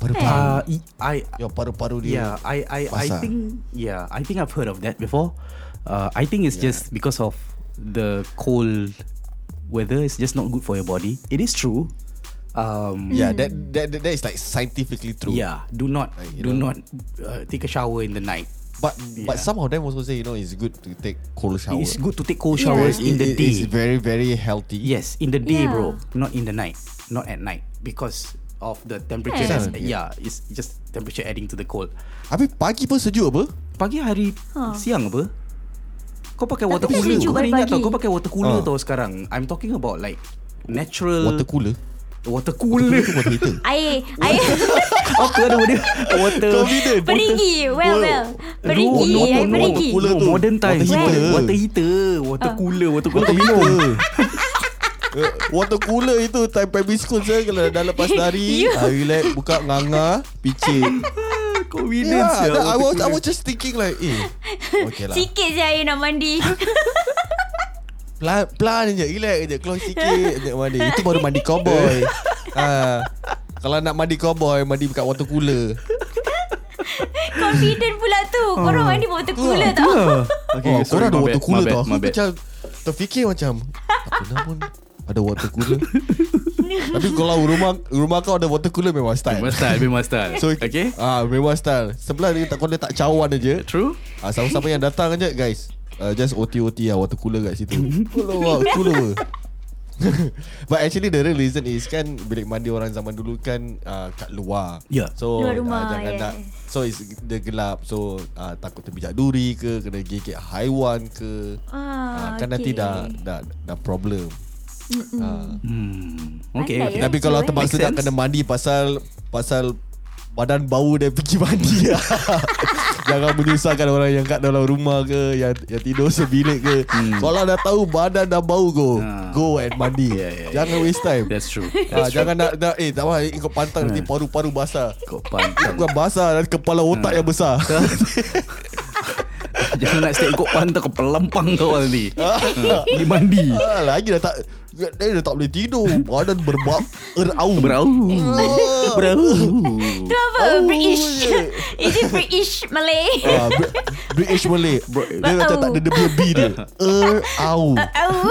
Speaker 1: Paru-paru
Speaker 2: Ah, I, I
Speaker 1: Yo, paru-paru dia
Speaker 2: Yeah, I I, I
Speaker 1: Pasar.
Speaker 2: think yeah, I think I've heard of that before. Uh, I think it's just because of the cold weather. It's just not good for your body. It is true. Um,
Speaker 1: Yeah, that, that that that is like scientifically true.
Speaker 2: yeah. Do not
Speaker 1: you
Speaker 2: do
Speaker 1: know.
Speaker 2: not uh, take a shower in the night.
Speaker 1: But but
Speaker 2: Yeah.
Speaker 1: some of them also say you know it's good to take cold shower.
Speaker 2: It's good to take cold
Speaker 3: Yeah.
Speaker 2: showers
Speaker 1: It-
Speaker 2: in the
Speaker 1: it-
Speaker 2: day.
Speaker 1: It's very very healthy.
Speaker 2: Yes, in the day,
Speaker 3: Yeah.
Speaker 2: bro. Not in the night. Not at night because of the temperature.
Speaker 3: Yeah.
Speaker 2: that's- Yeah, it's just temperature adding to the cold.
Speaker 1: Tapi pagi pun sejuk apa?
Speaker 2: Pagi hari
Speaker 3: Ha.
Speaker 2: siang apa? Kau pakai water
Speaker 3: Tapi
Speaker 2: cooler.
Speaker 3: sejuk
Speaker 2: Kau kena ingat
Speaker 3: pagi.
Speaker 2: tau kau pakai water cooler
Speaker 1: Ha.
Speaker 2: tau sekarang. I'm talking about like natural
Speaker 1: Water cooler.
Speaker 2: water
Speaker 1: (laughs)
Speaker 2: cooler. (laughs)
Speaker 1: Itu water heater.
Speaker 3: Air. Air (laughs)
Speaker 2: Apa ada dia? Water
Speaker 1: Confident.
Speaker 3: perigi. Well, well.
Speaker 2: No,
Speaker 3: Perigi.
Speaker 2: no,
Speaker 3: Air
Speaker 2: no,
Speaker 1: water
Speaker 3: perigi.
Speaker 1: cooler.
Speaker 2: no, modern times.
Speaker 1: Water heater.
Speaker 2: Water heater,
Speaker 3: Ah.
Speaker 2: water cooler, water cooler
Speaker 1: Water
Speaker 2: kau
Speaker 1: heater.
Speaker 2: minum.
Speaker 1: (laughs) Eh, water cooler itu time primary school saya kalau dah lepas
Speaker 2: (laughs)
Speaker 1: dari
Speaker 2: Ya.
Speaker 3: You-
Speaker 1: hari relax buka nganga picit.
Speaker 2: (laughs) Convenience.
Speaker 1: yeah,
Speaker 2: sia,
Speaker 1: that, I was I
Speaker 2: water cooler.
Speaker 1: was just thinking like eh okay lah.
Speaker 3: Sikit je air nak mandi. (laughs)
Speaker 1: Pelan pelan je Relax je Keluar sikit (laughs) je mandi Itu baru mandi
Speaker 2: (laughs)
Speaker 1: cowboy Ah. ha. Kalau nak mandi cowboy Mandi kat water cooler
Speaker 3: Confident pula tu
Speaker 2: Ah.
Speaker 3: Korang mandi bawa water cooler tau
Speaker 2: Yeah.
Speaker 1: Okay, oh,
Speaker 2: sorry,
Speaker 1: korang ada
Speaker 2: my
Speaker 1: water
Speaker 2: bad,
Speaker 1: cooler
Speaker 2: my
Speaker 1: tau
Speaker 2: bad,
Speaker 1: Aku
Speaker 2: my bad.
Speaker 1: macam Terfikir macam Apa namun Ada water
Speaker 2: (laughs)
Speaker 1: cooler Tapi kalau rumah Rumah kau ada water cooler Memang style
Speaker 2: Memang style Memang style
Speaker 1: So
Speaker 2: (laughs) Okay
Speaker 1: ah, Memang style Sebelah dia tak Kau letak cawan aja
Speaker 2: True
Speaker 1: ah, Sama-sama yang datang aja guys uh, Just OT-OT lah Water cooler kat situ Kalau water cooler (laughs) But actually the real reason is kan Bilik mandi orang zaman dulu kan uh, Kat luar
Speaker 2: Yeah.
Speaker 1: So
Speaker 3: Luar
Speaker 1: ah,
Speaker 3: rumah,
Speaker 1: Jangan
Speaker 3: yes.
Speaker 1: nak So it's dia gelap So uh, takut terbijak duri ke Kena gigit haiwan ke Ah,
Speaker 3: Ah,
Speaker 1: kan nanti
Speaker 3: okay.
Speaker 1: dah dah dah problem. Ah.
Speaker 2: Hmm. Okay,
Speaker 3: Pandai,
Speaker 2: okay.
Speaker 3: ya?
Speaker 1: Tapi kalau
Speaker 3: Betul, eh?
Speaker 1: terpaksa
Speaker 2: Make
Speaker 1: nak
Speaker 2: sense.
Speaker 1: kena mandi pasal pasal badan bau dan pergi mandi (laughs) lah. Jangan menyusahkan orang yang kat dalam rumah ke yang, yang tidur sebilik ke.
Speaker 2: Hmm.
Speaker 1: Kalau dah tahu badan dah bau go,
Speaker 2: Ah.
Speaker 1: go and mandi.
Speaker 2: Yeah, yeah,
Speaker 1: jangan waste time.
Speaker 2: ya, That's true
Speaker 1: Ah,
Speaker 2: That's true Ha.
Speaker 1: jangan nak, nak eh tak apa eh, kau pantang nanti paru-paru basah.
Speaker 2: Kau pantang
Speaker 1: Bukan basah dan kepala
Speaker 2: Ha.
Speaker 1: otak yang
Speaker 2: (laughs)
Speaker 1: besar.
Speaker 2: Jangan nak stay ikut pantang Kau pelampang kau nanti ha, Pergi mandi
Speaker 1: Ah, lagi dah tak dia dah tak boleh tidur. Badan
Speaker 2: (laughs)
Speaker 1: berbau erau.
Speaker 2: Berau
Speaker 1: Oh.
Speaker 2: Berau
Speaker 3: Tu apa British (laughs) Is it British (laughs) Malay
Speaker 1: Ah, Br- British Malay Dia macam tak ada dia punya B
Speaker 2: (laughs)
Speaker 1: dia Er Au
Speaker 3: Oh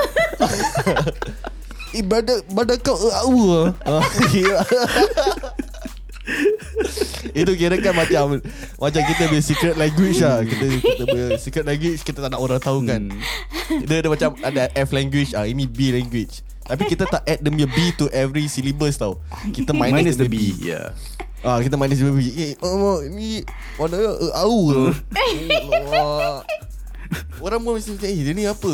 Speaker 3: (laughs)
Speaker 1: Eh badan, badan kau Er Au ah. Ah, (laughs) gila. Itu kira kan macam Macam kita punya secret language lah Kita, kita punya secret language Kita tak nak orang tahu kan
Speaker 2: Hmm.
Speaker 1: Dia ada macam Ada F language ah, Ini B language Tapi kita tak add Dia punya B to every syllabus tau
Speaker 2: (laughs)
Speaker 1: Kita minus, dia
Speaker 2: Minus the ya.
Speaker 1: punya
Speaker 2: B Yeah
Speaker 1: Ah kita minus dia punya B Eh oh, ni Warna dia Er Au
Speaker 2: (laughs)
Speaker 1: ke? Allah. Orang pun mesti macam Eh dia ni apa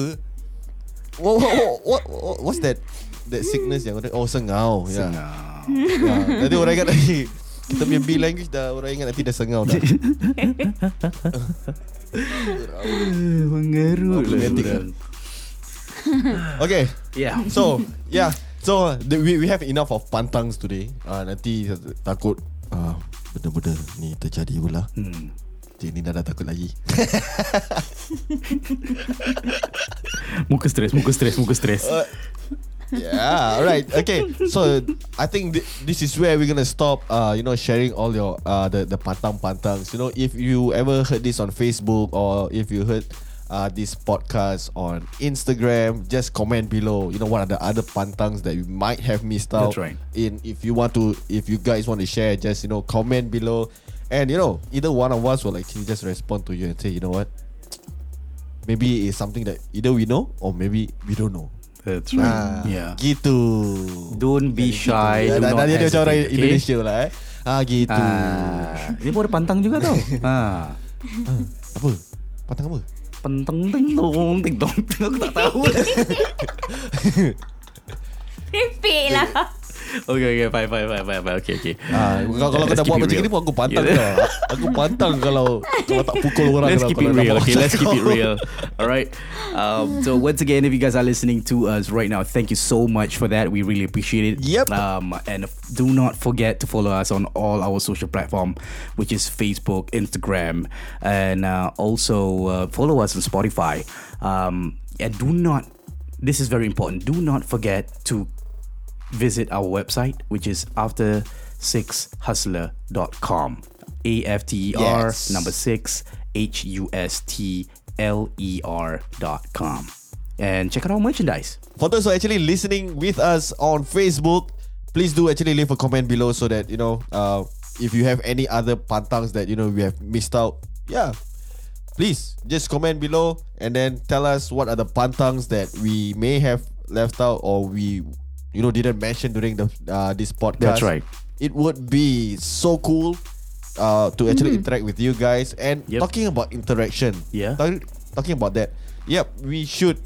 Speaker 1: what, what, what, what, what, What's that That sickness yang orang Oh sengau ya.
Speaker 2: Sengau.
Speaker 1: Ya, Nanti orang ingat lagi Kita punya B language dah Orang ingat nanti dah sengau
Speaker 2: (laughs)
Speaker 1: dah
Speaker 2: Eh, Mengerut lah
Speaker 1: Problematic
Speaker 2: orang.
Speaker 1: Okay
Speaker 2: Yeah
Speaker 1: So Yeah So the, we, we have enough of pantangs today uh, Nanti takut uh, Benda-benda ni terjadi pula
Speaker 2: Hmm.
Speaker 1: Cik ni dah, dah takut lagi
Speaker 2: Muka stres Muka stres Muka stres
Speaker 1: Uh, yeah, alright. Okay. So I think th- this is where we're gonna stop uh you know sharing all your uh the the pantang pantangs. You know, if you ever heard this on Facebook or if you heard uh this podcast on Instagram, just comment below. You know what are the other pantangs that you might have missed out.
Speaker 2: That's right.
Speaker 1: In if you want to if you guys want to share, just you know comment below. And you know, either one of us will actually just respond to you and say, you know what? Maybe it's something that either we know or maybe we don't know.
Speaker 2: That's right
Speaker 1: Ah,
Speaker 2: Yeah
Speaker 1: Gitu.
Speaker 2: Don't be shy
Speaker 1: Ya,
Speaker 2: Ya. Do
Speaker 1: dah, dah
Speaker 2: not
Speaker 1: dia macam orang
Speaker 2: hesitate, okay?
Speaker 1: Indonesia lah eh. Ah gitu.
Speaker 2: Ah, Dia pun ada pantang juga (laughs) tau ha.
Speaker 1: Apa? Patang apa?
Speaker 2: Penteng ting dong Ting dong ting Aku tak (laughs) tahu
Speaker 3: Pepek lah
Speaker 2: Okay okay Fine fine fine fine, fine. Okay okay
Speaker 1: Ah, kalau kalau kena
Speaker 2: Let's
Speaker 1: buat
Speaker 2: keep it
Speaker 1: macam
Speaker 2: real.
Speaker 1: ni pun aku pantang
Speaker 2: Yeah.
Speaker 1: yeah. kau. Aku pantang kalau kalau tak pukul orang
Speaker 2: Let's
Speaker 1: kalau-
Speaker 2: keep
Speaker 1: kalau
Speaker 2: it
Speaker 1: nak
Speaker 2: real.
Speaker 1: buat
Speaker 2: Okay,
Speaker 1: macam
Speaker 2: let's keep it
Speaker 1: (laughs) kau.
Speaker 2: real. All right. Um, so once again, if you guys are listening to us right now, thank you so much for that. We really appreciate it.
Speaker 1: Yep.
Speaker 2: Um, and f- do not forget to follow us on all our social platform, which is Facebook, Instagram, and uh, also uh, follow us on Spotify. Um, and do not. This is very important. Do not forget to visit our website, which is after sixhustler.com. A F T E R
Speaker 1: Yes.
Speaker 2: number six H U S T L E R dot com. And check out our merchandise.
Speaker 1: For those who are actually listening with us on Facebook, please do actually leave a comment below so that you know uh, if you have any other pantangs that you know we have missed out. Yeah, please just comment below and then tell us what are the pantangs that we may have left out or we you know didn't mention during the uh, this podcast.
Speaker 2: That's right.
Speaker 1: It would be so cool uh, to actually interact with you guys and
Speaker 2: Yep.
Speaker 1: talking about interaction.
Speaker 2: Yeah.
Speaker 1: Talk- talking about that. Yep, we should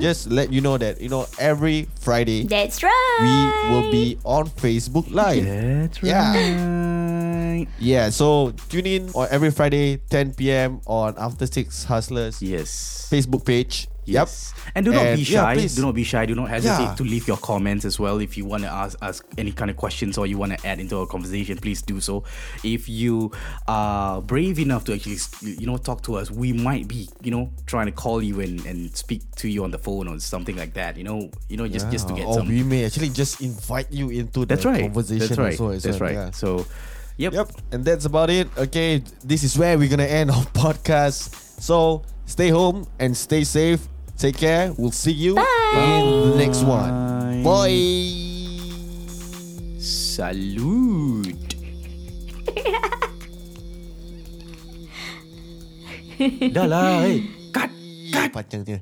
Speaker 1: just let you know that you know every Friday
Speaker 3: That's right
Speaker 1: we will be on Facebook Live.
Speaker 2: That's
Speaker 1: Yeah.
Speaker 2: right.
Speaker 1: Yeah, so tune in on every Friday 10 p.m. on After Six Hustlers
Speaker 2: Yes.
Speaker 1: Facebook page.
Speaker 2: Yes. And do not
Speaker 1: And
Speaker 2: be
Speaker 1: yeah,
Speaker 2: shy.
Speaker 1: please.
Speaker 2: do not be shy. Do not hesitate
Speaker 1: Yeah.
Speaker 2: to leave your comments as well. If you want to ask us any kind of questions or you want to add into our conversation, please do so. If you are brave enough to actually, you know, talk to us, we might be, you know, trying to call you and, and speak to you on the phone or something like that. You know, you know, just just to
Speaker 1: Yeah, or
Speaker 2: get some.
Speaker 1: we may actually just invite you into the
Speaker 2: That's right.
Speaker 1: conversation.
Speaker 2: That's right.
Speaker 1: Also, as
Speaker 2: That's
Speaker 1: well,
Speaker 2: right.
Speaker 1: yeah.
Speaker 2: So, Yep.
Speaker 1: Yep. And that's about it. Okay, this is where we're gonna end our (laughs) podcast. So stay home and stay safe. Take care. We'll see you in the next one. Bye.
Speaker 2: Salute. Dah lah, eh. Cut.
Speaker 1: Panjangnya.